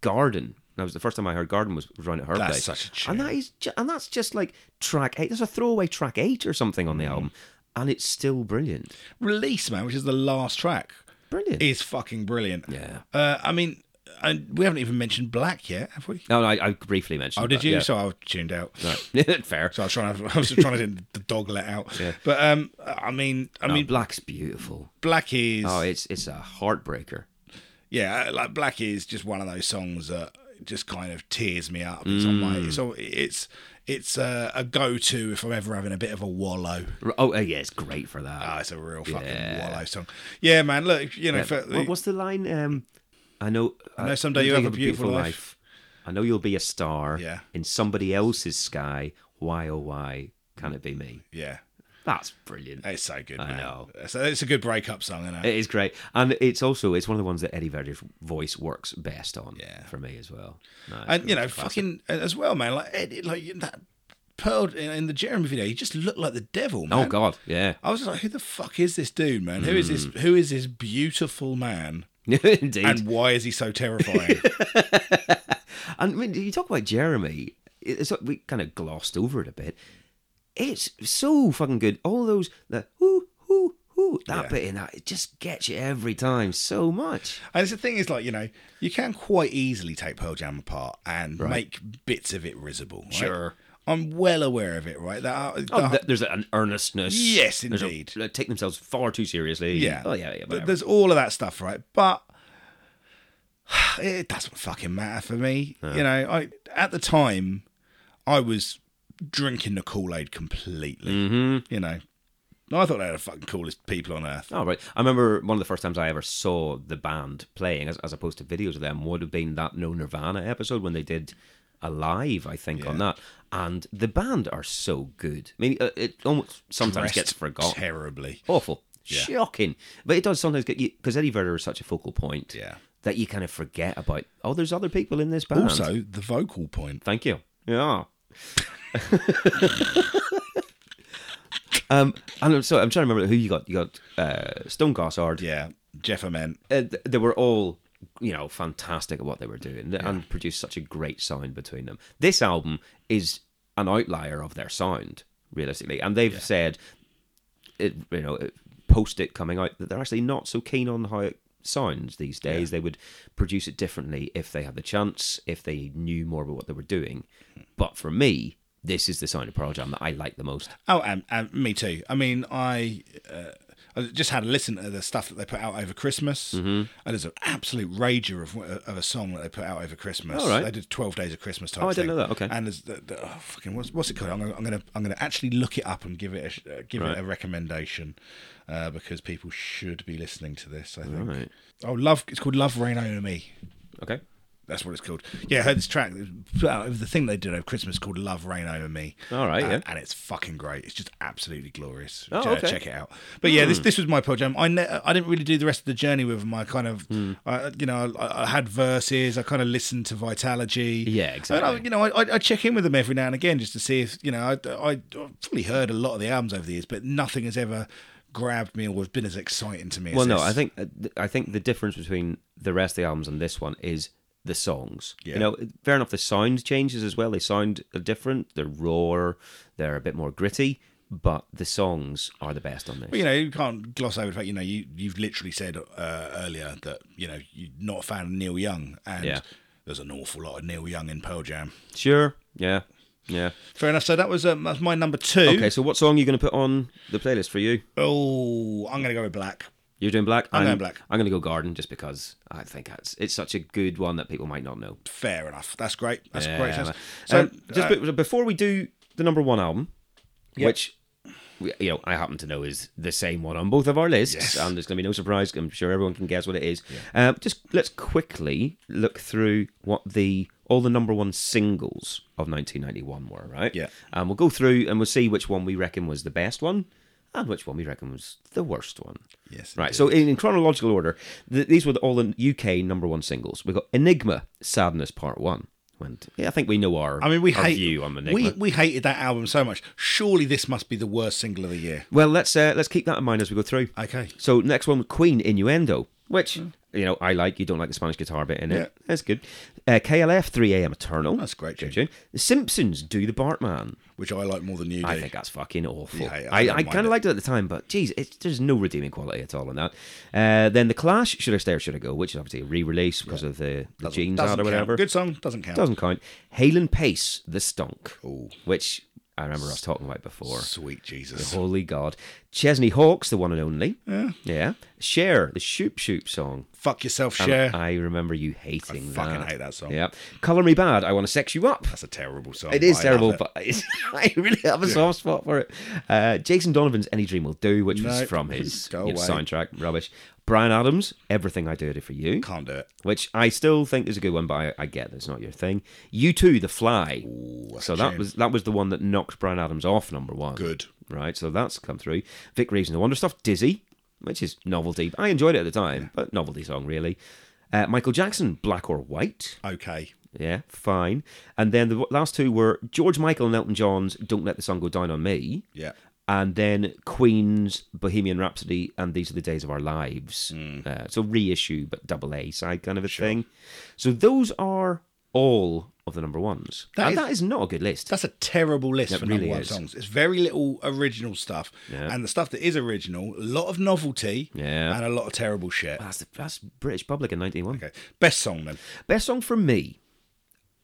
[SPEAKER 2] Garden. That was the first time I heard Garden was was around at her
[SPEAKER 1] That's
[SPEAKER 2] place.
[SPEAKER 1] such a
[SPEAKER 2] and that is, ju- and that's just like track eight. There's a throwaway track eight or something
[SPEAKER 1] Mm.
[SPEAKER 2] on the album, and it's still brilliant.
[SPEAKER 1] Release, man, which is the last track,
[SPEAKER 2] Brilliant.
[SPEAKER 1] is fucking brilliant.
[SPEAKER 2] Yeah.
[SPEAKER 1] Uh, I mean, and we haven't even mentioned Black yet, have we?
[SPEAKER 2] no, no, I, I briefly mentioned.
[SPEAKER 1] Oh, did
[SPEAKER 2] that,
[SPEAKER 1] you?
[SPEAKER 2] Yeah.
[SPEAKER 1] So I tuned out.
[SPEAKER 2] Right. Fair.
[SPEAKER 1] So I was trying to, I was trying to get the dog let out.
[SPEAKER 2] Yeah.
[SPEAKER 1] But um, I mean, I
[SPEAKER 2] I mean,
[SPEAKER 1] mean,
[SPEAKER 2] Black's beautiful.
[SPEAKER 1] Black is
[SPEAKER 2] Oh, it's it's a heartbreaker.
[SPEAKER 1] yeah, uh, like Black is just one of those songs that just kind of tears me up. It's on my,
[SPEAKER 2] Mm.
[SPEAKER 1] it's on- it's it's uh, a, a go to if I'm ever having a bit of a wallow.
[SPEAKER 2] R- Oh, yeah, it's great for that.
[SPEAKER 1] Ah, it's a real fucking
[SPEAKER 2] Yeah.
[SPEAKER 1] wallow song. Yeah, man. Look, you know,
[SPEAKER 2] Yeah.
[SPEAKER 1] for,
[SPEAKER 2] What- what's the line? Um, I know. uh, I
[SPEAKER 1] know someday you'll have a beautiful life.
[SPEAKER 2] I know you'll be a star.
[SPEAKER 1] Yeah.
[SPEAKER 2] In somebody else's sky. Why oh why can't it be me?
[SPEAKER 1] yeah,
[SPEAKER 2] That's brilliant.
[SPEAKER 1] it's so good.
[SPEAKER 2] I
[SPEAKER 1] man.
[SPEAKER 2] know.
[SPEAKER 1] It's a, it's a good breakup song, isn't it?
[SPEAKER 2] It is great, and it's also it's one of the ones that Eddie Vedder's voice works best on.
[SPEAKER 1] Yeah.
[SPEAKER 2] For me as well. No, it's
[SPEAKER 1] and you
[SPEAKER 2] a
[SPEAKER 1] know,
[SPEAKER 2] classic.
[SPEAKER 1] fucking as well, man. Like Ed, like that Pearl in, in the Jeremy video, he just looked like the devil. Man.
[SPEAKER 2] Oh God, yeah,
[SPEAKER 1] I was just like, who the fuck is this dude, man? Who is
[SPEAKER 2] Mm.
[SPEAKER 1] this? Who is this beautiful man?
[SPEAKER 2] indeed.
[SPEAKER 1] And why is he so terrifying?
[SPEAKER 2] And I mean, you talk about Jeremy. It's like we kind of glossed over it a bit. It's so fucking good. All those the whoo whoo whoo that
[SPEAKER 1] Yeah.
[SPEAKER 2] bit in that it just gets you every time so much.
[SPEAKER 1] And it's the thing is, like, you know, you can quite easily take Pearl Jam apart and make bits of it risible. right?
[SPEAKER 2] Sure.
[SPEAKER 1] I'm well aware of it, right? That, that-
[SPEAKER 2] Oh, th- there's an earnestness.
[SPEAKER 1] Yes,
[SPEAKER 2] There's a-
[SPEAKER 1] indeed.
[SPEAKER 2] they take themselves far too seriously.
[SPEAKER 1] yeah.
[SPEAKER 2] Oh yeah, yeah.
[SPEAKER 1] Th-
[SPEAKER 2] whatever.
[SPEAKER 1] There's all of that stuff, right? But it doesn't fucking matter for me. You know, I at the
[SPEAKER 2] Mm-hmm.
[SPEAKER 1] time, I was drinking the Kool Aid completely. You know, No, I thought they were the fucking coolest people on earth.
[SPEAKER 2] Oh, right. I remember one of the first times I ever saw the band playing, as, as opposed to videos of them, would have been that No Nirvana episode when they did a live, I think, on
[SPEAKER 1] Yeah.
[SPEAKER 2] that. And the band are so good. I mean, uh, it almost sometimes
[SPEAKER 1] Dressed
[SPEAKER 2] gets forgotten.
[SPEAKER 1] terribly.
[SPEAKER 2] Awful.
[SPEAKER 1] Yeah.
[SPEAKER 2] Shocking. But it does sometimes get you, because Eddie Vedder is such a focal point
[SPEAKER 1] Yeah.
[SPEAKER 2] that you kind of forget about, oh, there's other people in this band.
[SPEAKER 1] Also, the vocal point.
[SPEAKER 2] Thank you. Yeah. um, and I'm, so I'm trying to remember who you got. You got uh, Stone Gossard.
[SPEAKER 1] Yeah, Jeff Ament.
[SPEAKER 2] Uh, th- they were all, you know, fantastic at what they were doing th- and produced such a great sound between them. This album is an outlier of their sound, realistically. And they've said, it, you know, post it coming out, that they're actually not so keen on how it sounds these days. They would produce it differently if they had the chance, if they knew more about what they were doing. But for me, this is the sound of Pearl Jam that I like the most.
[SPEAKER 1] Oh, and, and me too. I mean, I, uh, I just had a listen to the stuff that they put out over Christmas,
[SPEAKER 2] Mm-hmm.
[SPEAKER 1] and there's an absolute rager of, of a song that they put out over Christmas.
[SPEAKER 2] All right.
[SPEAKER 1] They did Twelve Days of Christmas type.
[SPEAKER 2] Oh, I didn't
[SPEAKER 1] thing.
[SPEAKER 2] know that. Okay.
[SPEAKER 1] And there's the, the, oh, fucking what's, what's it called? I'm gonna, I'm gonna I'm gonna actually look it up and give it a, sh- uh, give it a recommendation uh, because people should be listening to this. I think.
[SPEAKER 2] Right.
[SPEAKER 1] Oh, love. It's called Love Rain Over Me.
[SPEAKER 2] Okay.
[SPEAKER 1] That's what it's called. Yeah, I heard this track. It was put out- The thing they did over Christmas called "Love Rain Over Me."
[SPEAKER 2] All right,
[SPEAKER 1] Uh,
[SPEAKER 2] yeah.
[SPEAKER 1] and it's fucking great. It's just absolutely glorious.
[SPEAKER 2] Oh,
[SPEAKER 1] Ch- uh,
[SPEAKER 2] okay. Hmm.
[SPEAKER 1] Check it out. But yeah, this this was my Pearl Jam. I ne- I didn't really do the rest of the journey with them. I kind of,
[SPEAKER 2] Hmm.
[SPEAKER 1] I, you know, I, I had verses. I kind of listened to Vitality.
[SPEAKER 2] Yeah,
[SPEAKER 1] And I,
[SPEAKER 2] exactly.
[SPEAKER 1] you know, I, I- I check in with them every now and again just to see if you know. I, I I've probably heard a lot of the albums over the years, but nothing has ever grabbed me or has been as exciting to me. as
[SPEAKER 2] Well, no,
[SPEAKER 1] this.
[SPEAKER 2] I think uh, I think the difference between the rest of the albums and this one is the songs.
[SPEAKER 1] Yeah.
[SPEAKER 2] You know, fair enough. The sound changes as well. They sound different. They're rawer. They're a bit more gritty. But the songs are the best on this.
[SPEAKER 1] But, you know, you can't gloss over the fact, you know, you, you've literally said uh, earlier that, you know, you're not a fan of Neil Young. And
[SPEAKER 2] Yeah.
[SPEAKER 1] there's an awful lot of Neil Young in Pearl Jam.
[SPEAKER 2] Sure. Yeah. Yeah.
[SPEAKER 1] Fair enough. So that was, um, that's my number two.
[SPEAKER 2] Okay. So, what song are you going to put on the playlist for you?
[SPEAKER 1] Oh, I'm going to go with Black.
[SPEAKER 2] You're doing black. I'm,
[SPEAKER 1] going Black.
[SPEAKER 2] I'm going to go garden just because I think that's it's such a good one that people might not know.
[SPEAKER 1] Fair enough. That's great. That's a
[SPEAKER 2] Yeah,
[SPEAKER 1] great. choice.
[SPEAKER 2] man.
[SPEAKER 1] So,
[SPEAKER 2] Um, just
[SPEAKER 1] uh,
[SPEAKER 2] be- before we do the number one album, which we, you know I happen to know is the same one on both of our lists, and there's going to be no surprise. I'm sure everyone can guess what it is. Um, just let's quickly look through what the all the number one singles of 1991 were, right?
[SPEAKER 1] Yeah.
[SPEAKER 2] And we'll go through and we'll see which one we reckon was the best one, and which one we reckon was the worst one.
[SPEAKER 1] Yes,
[SPEAKER 2] Right. So in, in chronological order, th- these were the, all the UK number one singles. We got Enigma, Sadness Part One. Went. Yeah, I think we know our.
[SPEAKER 1] I mean, we
[SPEAKER 2] our
[SPEAKER 1] hate
[SPEAKER 2] view on Enigma.
[SPEAKER 1] we we hated that album so much. Surely this must be the worst single of the year.
[SPEAKER 2] Well, let's uh, let's keep that in mind as we go through.
[SPEAKER 1] Okay.
[SPEAKER 2] So next one, Queen Innuendo, which you know I like. You don't like the Spanish guitar bit in it.
[SPEAKER 1] Yeah.
[SPEAKER 2] That's good. Uh, KLF 3 AM Eternal.
[SPEAKER 1] That's a great
[SPEAKER 2] Good
[SPEAKER 1] tune.
[SPEAKER 2] The Simpsons do the Bartman.
[SPEAKER 1] Which I like more than you do.
[SPEAKER 2] I think that's fucking awful.
[SPEAKER 1] Yeah, I- I
[SPEAKER 2] I,
[SPEAKER 1] don't
[SPEAKER 2] I,
[SPEAKER 1] mind
[SPEAKER 2] kind
[SPEAKER 1] it.
[SPEAKER 2] of liked it at the time, but geez, it's, there's no redeeming quality at all in that. Uh, then the Clash, should I stay or should I go? Which is obviously a re-release because of the, the jeans
[SPEAKER 1] doesn't
[SPEAKER 2] ad or
[SPEAKER 1] count.
[SPEAKER 2] whatever.
[SPEAKER 1] Good song doesn't count.
[SPEAKER 2] Doesn't count. Halen Pace, the Stunk,
[SPEAKER 1] Ooh.
[SPEAKER 2] which I remember us talking about before.
[SPEAKER 1] Sweet Jesus.
[SPEAKER 2] Holy God. Chesney Hawks, the one and only. Yeah. Yeah. Cher, the Shoop Shoop song.
[SPEAKER 1] Fuck yourself,
[SPEAKER 2] And
[SPEAKER 1] Cher.
[SPEAKER 2] I remember you hating that.
[SPEAKER 1] fucking hate that song.
[SPEAKER 2] Yeah. Colour Me Bad, I Want to Sex You Up.
[SPEAKER 1] That's a terrible song.
[SPEAKER 2] It
[SPEAKER 1] I
[SPEAKER 2] is
[SPEAKER 1] love
[SPEAKER 2] terrible,
[SPEAKER 1] it.
[SPEAKER 2] but it's, I really have a soft spot for it. Uh, Jason Donovan's Any Dream Will Do, which was
[SPEAKER 1] No,
[SPEAKER 2] from his
[SPEAKER 1] go
[SPEAKER 2] you know,
[SPEAKER 1] away.
[SPEAKER 2] soundtrack, rubbish. Brian Adams, Everything I Do It For You,
[SPEAKER 1] can't do it.
[SPEAKER 2] which I still think is a good one, but I, I get that's not your thing. You Too, The Fly. so that was that was the one that knocked Brian Adams off number one.
[SPEAKER 1] Good.
[SPEAKER 2] Right, so that's come through. Vic Reeves and the Wonder Stuff, Dizzy, which is novelty. I enjoyed it at the time, but novelty song, really. Uh, Michael Jackson, Black or White.
[SPEAKER 1] Okay.
[SPEAKER 2] Yeah, fine. And then the last two were George Michael and Elton John's "Don't Let the Sun Go Down on Me,"
[SPEAKER 1] Yeah.
[SPEAKER 2] and then Queen's "Bohemian Rhapsody" and "These Are the Days of Our Lives."
[SPEAKER 1] Hmm.
[SPEAKER 2] Uh, so reissue, but double A side kind of a thing. So those are all of the number ones,
[SPEAKER 1] That
[SPEAKER 2] and
[SPEAKER 1] is-
[SPEAKER 2] that is not a good list.
[SPEAKER 1] That's a terrible list
[SPEAKER 2] It
[SPEAKER 1] for
[SPEAKER 2] really
[SPEAKER 1] number one
[SPEAKER 2] is.
[SPEAKER 1] songs. It's very little original stuff,
[SPEAKER 2] Yeah.
[SPEAKER 1] and the stuff that is original, a lot of novelty,
[SPEAKER 2] Yeah.
[SPEAKER 1] and a lot of terrible shit.
[SPEAKER 2] That's the, that's British public in 1991.
[SPEAKER 1] Okay, best song then.
[SPEAKER 2] Best song for me,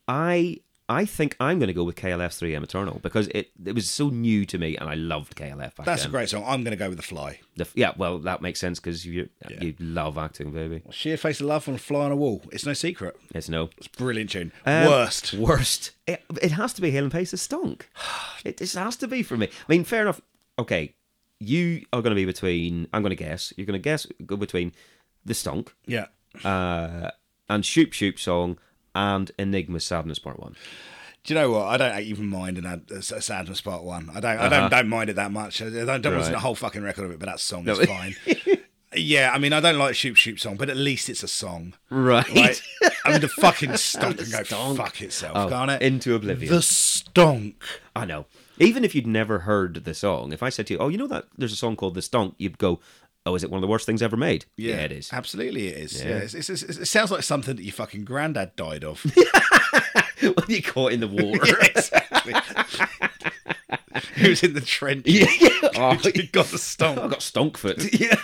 [SPEAKER 2] I I think I'm going to go with KLF's 3M Eternal because it it was so new to me, and I loved KLF. Back
[SPEAKER 1] That's a
[SPEAKER 2] then.
[SPEAKER 1] great song. I'm going to go with The Fly.
[SPEAKER 2] The, yeah, well, that makes sense because you you love acting, baby.
[SPEAKER 1] Sheer face of love on a fly on a wall. It's no secret.
[SPEAKER 2] It's no
[SPEAKER 1] It's a brilliant tune.
[SPEAKER 2] Um,
[SPEAKER 1] Worst.
[SPEAKER 2] worst. It, it has to be Helen Pace's stonk. It just has to be for me. I mean, fair enough. Okay, you are going to be between. I'm going to guess. You're going to guess go between the Stunk
[SPEAKER 1] Yeah.
[SPEAKER 2] uh, and Shoop Shoop song and Enigma Sadness Part One.
[SPEAKER 1] Do you know what? I don't even mind an ad, a s- a sadness part one. I don't. I don't, don't mind it that much. I don't, don't want to
[SPEAKER 2] Uh-huh. Right.
[SPEAKER 1] a whole fucking record of it, but that song is fine. yeah, I mean, I don't like Shoop Shoop song, but at least it's a song.
[SPEAKER 2] Right.
[SPEAKER 1] Right? I mean, the fucking stonk can go
[SPEAKER 2] stonk.
[SPEAKER 1] fuck itself,
[SPEAKER 2] Oh,
[SPEAKER 1] can't it?
[SPEAKER 2] into oblivion.
[SPEAKER 1] the stonk.
[SPEAKER 2] I know. Even if you'd never heard the song, if I said to you, "Oh, you know that there's a song called The Stonk," you'd go, "Oh, is it one of the worst things ever made?" Yeah, it is.
[SPEAKER 1] Absolutely, it is. Yeah, it's, it's, it's, it sounds like something that your fucking granddad died of.
[SPEAKER 2] when you caught in the water.
[SPEAKER 1] exactly. He was in the trench.
[SPEAKER 2] yeah, yeah. Oh,
[SPEAKER 1] He got the
[SPEAKER 2] I
[SPEAKER 1] stonk.
[SPEAKER 2] got stonk foot. yeah.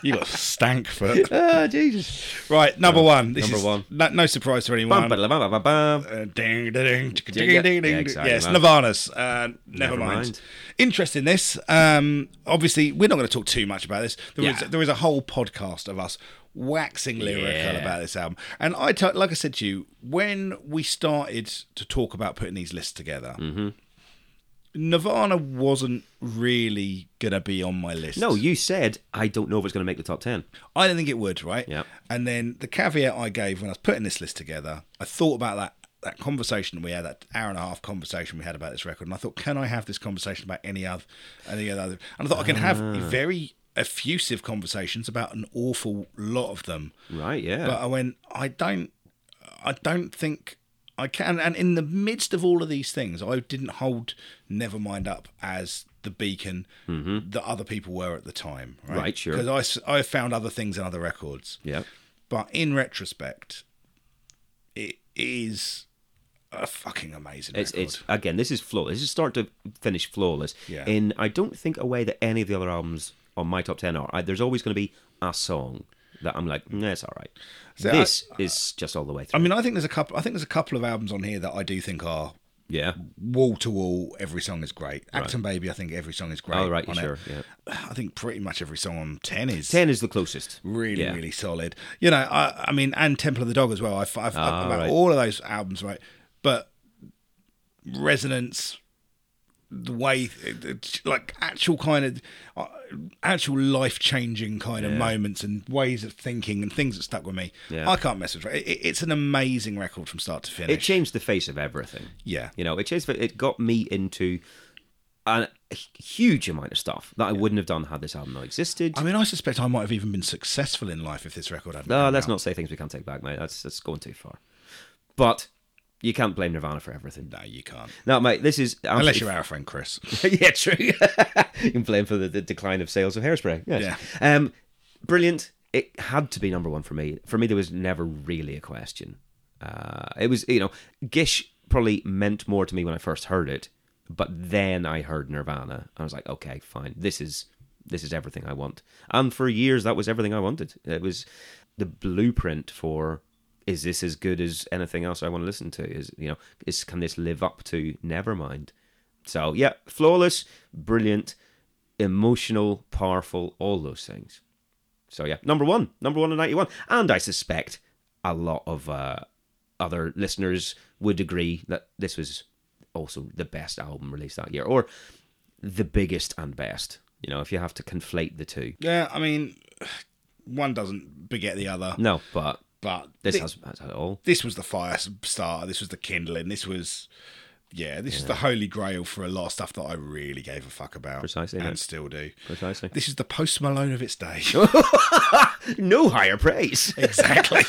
[SPEAKER 1] You got stank foot.
[SPEAKER 2] Oh, Jesus. Um,
[SPEAKER 1] Right, number one. This
[SPEAKER 2] Number
[SPEAKER 1] is
[SPEAKER 2] one.
[SPEAKER 1] No, no surprise for
[SPEAKER 2] Bum,
[SPEAKER 1] anyone.
[SPEAKER 2] ba, ba, ba, ba.
[SPEAKER 1] Uh, ding, ding, ding,
[SPEAKER 2] Yeah,
[SPEAKER 1] ding, ding,
[SPEAKER 2] yeah,
[SPEAKER 1] ding.
[SPEAKER 2] exactly,
[SPEAKER 1] Yes,
[SPEAKER 2] man.
[SPEAKER 1] Nirvana's. Uh, never,
[SPEAKER 2] Never
[SPEAKER 1] mind.
[SPEAKER 2] mind.
[SPEAKER 1] Interest in this. Um, obviously, we're not going to talk too much about this. There is
[SPEAKER 2] Yeah.
[SPEAKER 1] there is a whole podcast of us waxing lyrical
[SPEAKER 2] Yeah.
[SPEAKER 1] about this album. And I, t- like I said to you, when we started to talk about putting these lists together,
[SPEAKER 2] Mm-hmm.
[SPEAKER 1] Nirvana wasn't really going to be on my list.
[SPEAKER 2] No, you said I don't know if it's going to make the top ten.
[SPEAKER 1] I didn't think it would, right?
[SPEAKER 2] Yeah.
[SPEAKER 1] And then the caveat I gave when I was putting this list together, I thought about that that conversation we had, that hour and a half conversation we had about this record, and I thought, can I have this conversation about any other, any other? And I thought I can have very effusive conversations about an awful lot of them,
[SPEAKER 2] Right? Yeah.
[SPEAKER 1] but I went, I don't, I don't think I can. And in the midst of all of these things, I didn't hold Nevermind up as the beacon that other people were at the time. Right,
[SPEAKER 2] Mm-hmm. Right, sure.
[SPEAKER 1] Because I s- I, found other things in other records.
[SPEAKER 2] yeah.
[SPEAKER 1] But in retrospect, it is a fucking amazing
[SPEAKER 2] It's
[SPEAKER 1] record.
[SPEAKER 2] it's again. This is flawless. This is start to finish flawless.
[SPEAKER 1] Yeah.
[SPEAKER 2] In I don't think a way that any of the other albums on my top ten are. I, there's always going to be a song that I'm like, nah, it's all right.
[SPEAKER 1] So uh,
[SPEAKER 2] this is just all the
[SPEAKER 1] I
[SPEAKER 2] way through.
[SPEAKER 1] mean, I think there's a couple. I think there's a couple of albums on here that I do think are
[SPEAKER 2] yeah.
[SPEAKER 1] wall to wall. Every song is great. Acton Baby, I think every song is great.
[SPEAKER 2] All Oh, right.
[SPEAKER 1] on it.
[SPEAKER 2] Sure. Yeah.
[SPEAKER 1] I think pretty much every song on ten is
[SPEAKER 2] Ten is the closest.
[SPEAKER 1] really,
[SPEAKER 2] Yeah.
[SPEAKER 1] really solid. You know, I, I mean, and Temple of the Dog as well. I've, I've,
[SPEAKER 2] Ah,
[SPEAKER 1] about
[SPEAKER 2] right.
[SPEAKER 1] all of those albums, right? But resonance, the way, like actual kind of, uh, actual life changing kind of moments and ways of thinking and things that stuck with me.
[SPEAKER 2] Yeah.
[SPEAKER 1] I can't mess with it. It- It's an amazing record from start to
[SPEAKER 2] It
[SPEAKER 1] finish.
[SPEAKER 2] changed the face of everything.
[SPEAKER 1] yeah.
[SPEAKER 2] You know, it changed. It got me into an, a huge amount of stuff that I wouldn't have done had this album not existed.
[SPEAKER 1] I mean, I suspect I might have even been successful in life if this record hadn't.
[SPEAKER 2] No,
[SPEAKER 1] come
[SPEAKER 2] let's
[SPEAKER 1] out.
[SPEAKER 2] not say things we can't take back, mate. That's that's going too far. But you can't blame Nirvana for everything.
[SPEAKER 1] No, you can't.
[SPEAKER 2] No, mate, this is
[SPEAKER 1] Unless
[SPEAKER 2] absolutely-
[SPEAKER 1] you're our friend Chris.
[SPEAKER 2] yeah, true. you can blame for the, the decline of sales of hairspray. Yes. Um, brilliant. It had to be number one for me. For me, there was never really a question. Uh, it was, you know, Gish probably meant more to me when I first heard it, but then I heard Nirvana. I was like, okay, fine. This is this is everything I want. And for years, that was everything I wanted. It was the blueprint for is this as good as anything else I want to listen to? Is you know, is can this live up to Nevermind? So yeah, flawless, brilliant, emotional, powerful, all those things. So yeah, number one, number one in ninety one, and I suspect a lot of uh, other listeners would agree that this was also the best album released that year, or the biggest and best. You know, if you have to conflate the two,
[SPEAKER 1] Yeah, I mean, one doesn't beget the other,
[SPEAKER 2] no, but
[SPEAKER 1] but
[SPEAKER 2] this
[SPEAKER 1] thi-
[SPEAKER 2] has, has had it all.
[SPEAKER 1] this was the fire starter. This was the kindling. This was, yeah, this is the holy grail for a lot of stuff that I really gave a fuck about,
[SPEAKER 2] Precisely,
[SPEAKER 1] and
[SPEAKER 2] mate.
[SPEAKER 1] still do.
[SPEAKER 2] Precisely.
[SPEAKER 1] This is the post Malone of its day.
[SPEAKER 2] No higher praise.
[SPEAKER 1] exactly.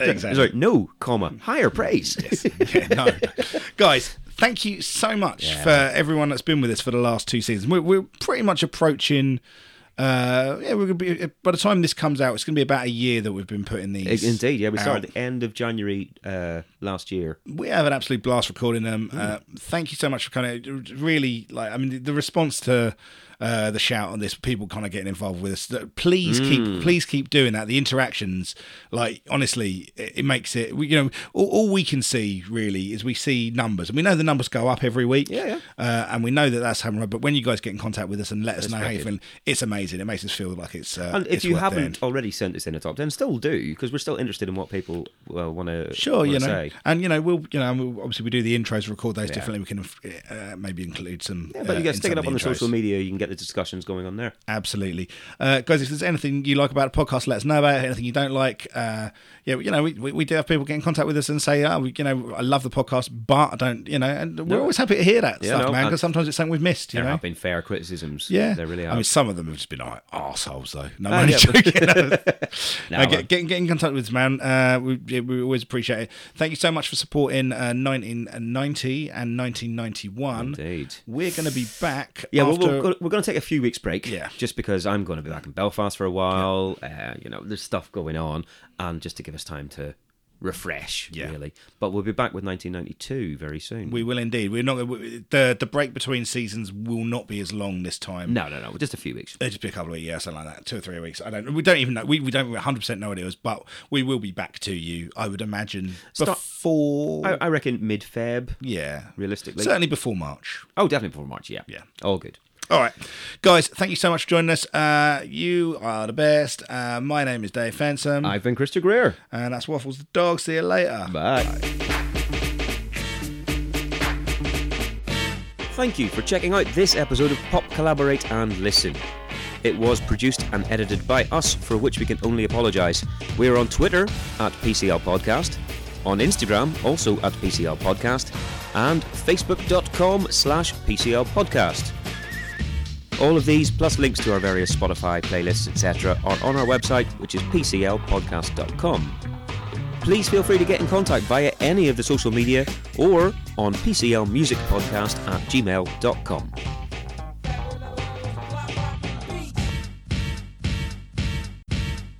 [SPEAKER 1] exactly.
[SPEAKER 2] Sorry, no comma higher praise.
[SPEAKER 1] Yeah, no, guys. Thank you so much for everyone that's been with us for the last two seasons. We're, we're pretty much approaching. Uh, yeah, we're gonna be. By the time this comes out, it's gonna be about a year that we've been putting these.
[SPEAKER 2] Indeed, yeah. We started
[SPEAKER 1] out.
[SPEAKER 2] at the end of January uh, last year.
[SPEAKER 1] we have an absolute blast recording them.
[SPEAKER 2] Mm.
[SPEAKER 1] Uh, thank you so much for kind of really like. I mean, the, the response to uh, the shout on this, people kind of getting involved with us. that- Please
[SPEAKER 2] Mm.
[SPEAKER 1] keep, please keep doing that. The interactions, like honestly, it, it makes it. We, you know, all, all we can see really is we see numbers, and we know the numbers go up every week.
[SPEAKER 2] Yeah, yeah.
[SPEAKER 1] Uh, and we know that that's happening. But when you guys get in contact with us and let us know how you
[SPEAKER 2] wicked.
[SPEAKER 1] feel, it's amazing. It makes us feel like it's. Uh,
[SPEAKER 2] And if
[SPEAKER 1] it's
[SPEAKER 2] you
[SPEAKER 1] worth doing.
[SPEAKER 2] haven't already sent us in a top ten, still do because we're still interested in what people well, want to
[SPEAKER 1] Sure, you know,
[SPEAKER 2] say. say.
[SPEAKER 1] And you know, we'll you know, we'll, obviously we do the intros, record those differently. We can uh, maybe include some.
[SPEAKER 2] Yeah, but you
[SPEAKER 1] uh,
[SPEAKER 2] get stick
[SPEAKER 1] in
[SPEAKER 2] it
[SPEAKER 1] some
[SPEAKER 2] up
[SPEAKER 1] of
[SPEAKER 2] on the
[SPEAKER 1] intros.
[SPEAKER 2] social media. You can get the discussions going on there.
[SPEAKER 1] Absolutely, uh, guys. If there's anything you like about the podcast, let us know about it. Anything you don't like, uh, yeah, you know, we, we, we do have people get in contact with us and say, oh, we, you know, I love the podcast, but I don't, you know, and we're always happy to hear that
[SPEAKER 2] Yeah,
[SPEAKER 1] stuff,
[SPEAKER 2] no,
[SPEAKER 1] man,
[SPEAKER 2] and-
[SPEAKER 1] because sometimes it's something we've missed, you
[SPEAKER 2] There
[SPEAKER 1] know.
[SPEAKER 2] have been fair criticisms.
[SPEAKER 1] Yeah,
[SPEAKER 2] there really
[SPEAKER 1] I
[SPEAKER 2] are.
[SPEAKER 1] mean, some of them have just been like assholes, though. No,
[SPEAKER 2] Ah,
[SPEAKER 1] I'm only
[SPEAKER 2] yeah.
[SPEAKER 1] joking. no,
[SPEAKER 2] man.
[SPEAKER 1] get, get, get in contact with us, man. Uh, we, yeah, we always appreciate it. Thank you so much for supporting uh, 1990 and 1991.
[SPEAKER 2] Indeed.
[SPEAKER 1] We're going to be back.
[SPEAKER 2] Yeah,
[SPEAKER 1] after...
[SPEAKER 2] well, we're, gonna- we're going to take a few weeks break.
[SPEAKER 1] Yeah.
[SPEAKER 2] Just because I'm going to be back in Belfast for a while. Uh, you know, there's stuff going on, and just to give us time to refresh,
[SPEAKER 1] Yeah.
[SPEAKER 2] really. But we'll be back with 1992 very soon.
[SPEAKER 1] We will indeed. We're not we- the the break between seasons will not be as long this time.
[SPEAKER 2] no, no, no, just a few weeks.
[SPEAKER 1] It'll just be a couple of weeks, yeah, something like that, two or three weeks. I don't. We don't even know. We, we don't 100 percent know what it was, but we will be back to you. I would imagine
[SPEAKER 2] Start-
[SPEAKER 1] before.
[SPEAKER 2] I, I reckon mid-Feb,
[SPEAKER 1] yeah,
[SPEAKER 2] realistically.
[SPEAKER 1] certainly before March.
[SPEAKER 2] oh, definitely before March. Yeah.
[SPEAKER 1] Yeah.
[SPEAKER 2] All good.
[SPEAKER 1] All right, guys. Thank you so much for joining us. Uh, you are the best. Uh, my name is Dave Fensom,
[SPEAKER 2] I've been Krista Greer.
[SPEAKER 1] and that's Waffles the dog. See you later.
[SPEAKER 2] Bye. Thank you for checking out this episode of Pop Collaborate and Listen. It was produced and edited by us, for which we can only apologise. We are on Twitter at PCL Podcast, on Instagram also at PCL Podcast, and Facebook.com slash PCL Podcast. All of these, plus links to our various Spotify playlists, etc., are on our website, which is PCLpodcast.com please feel free to get in contact via any of the social media or on PCLmusicpodcast at gmail.com.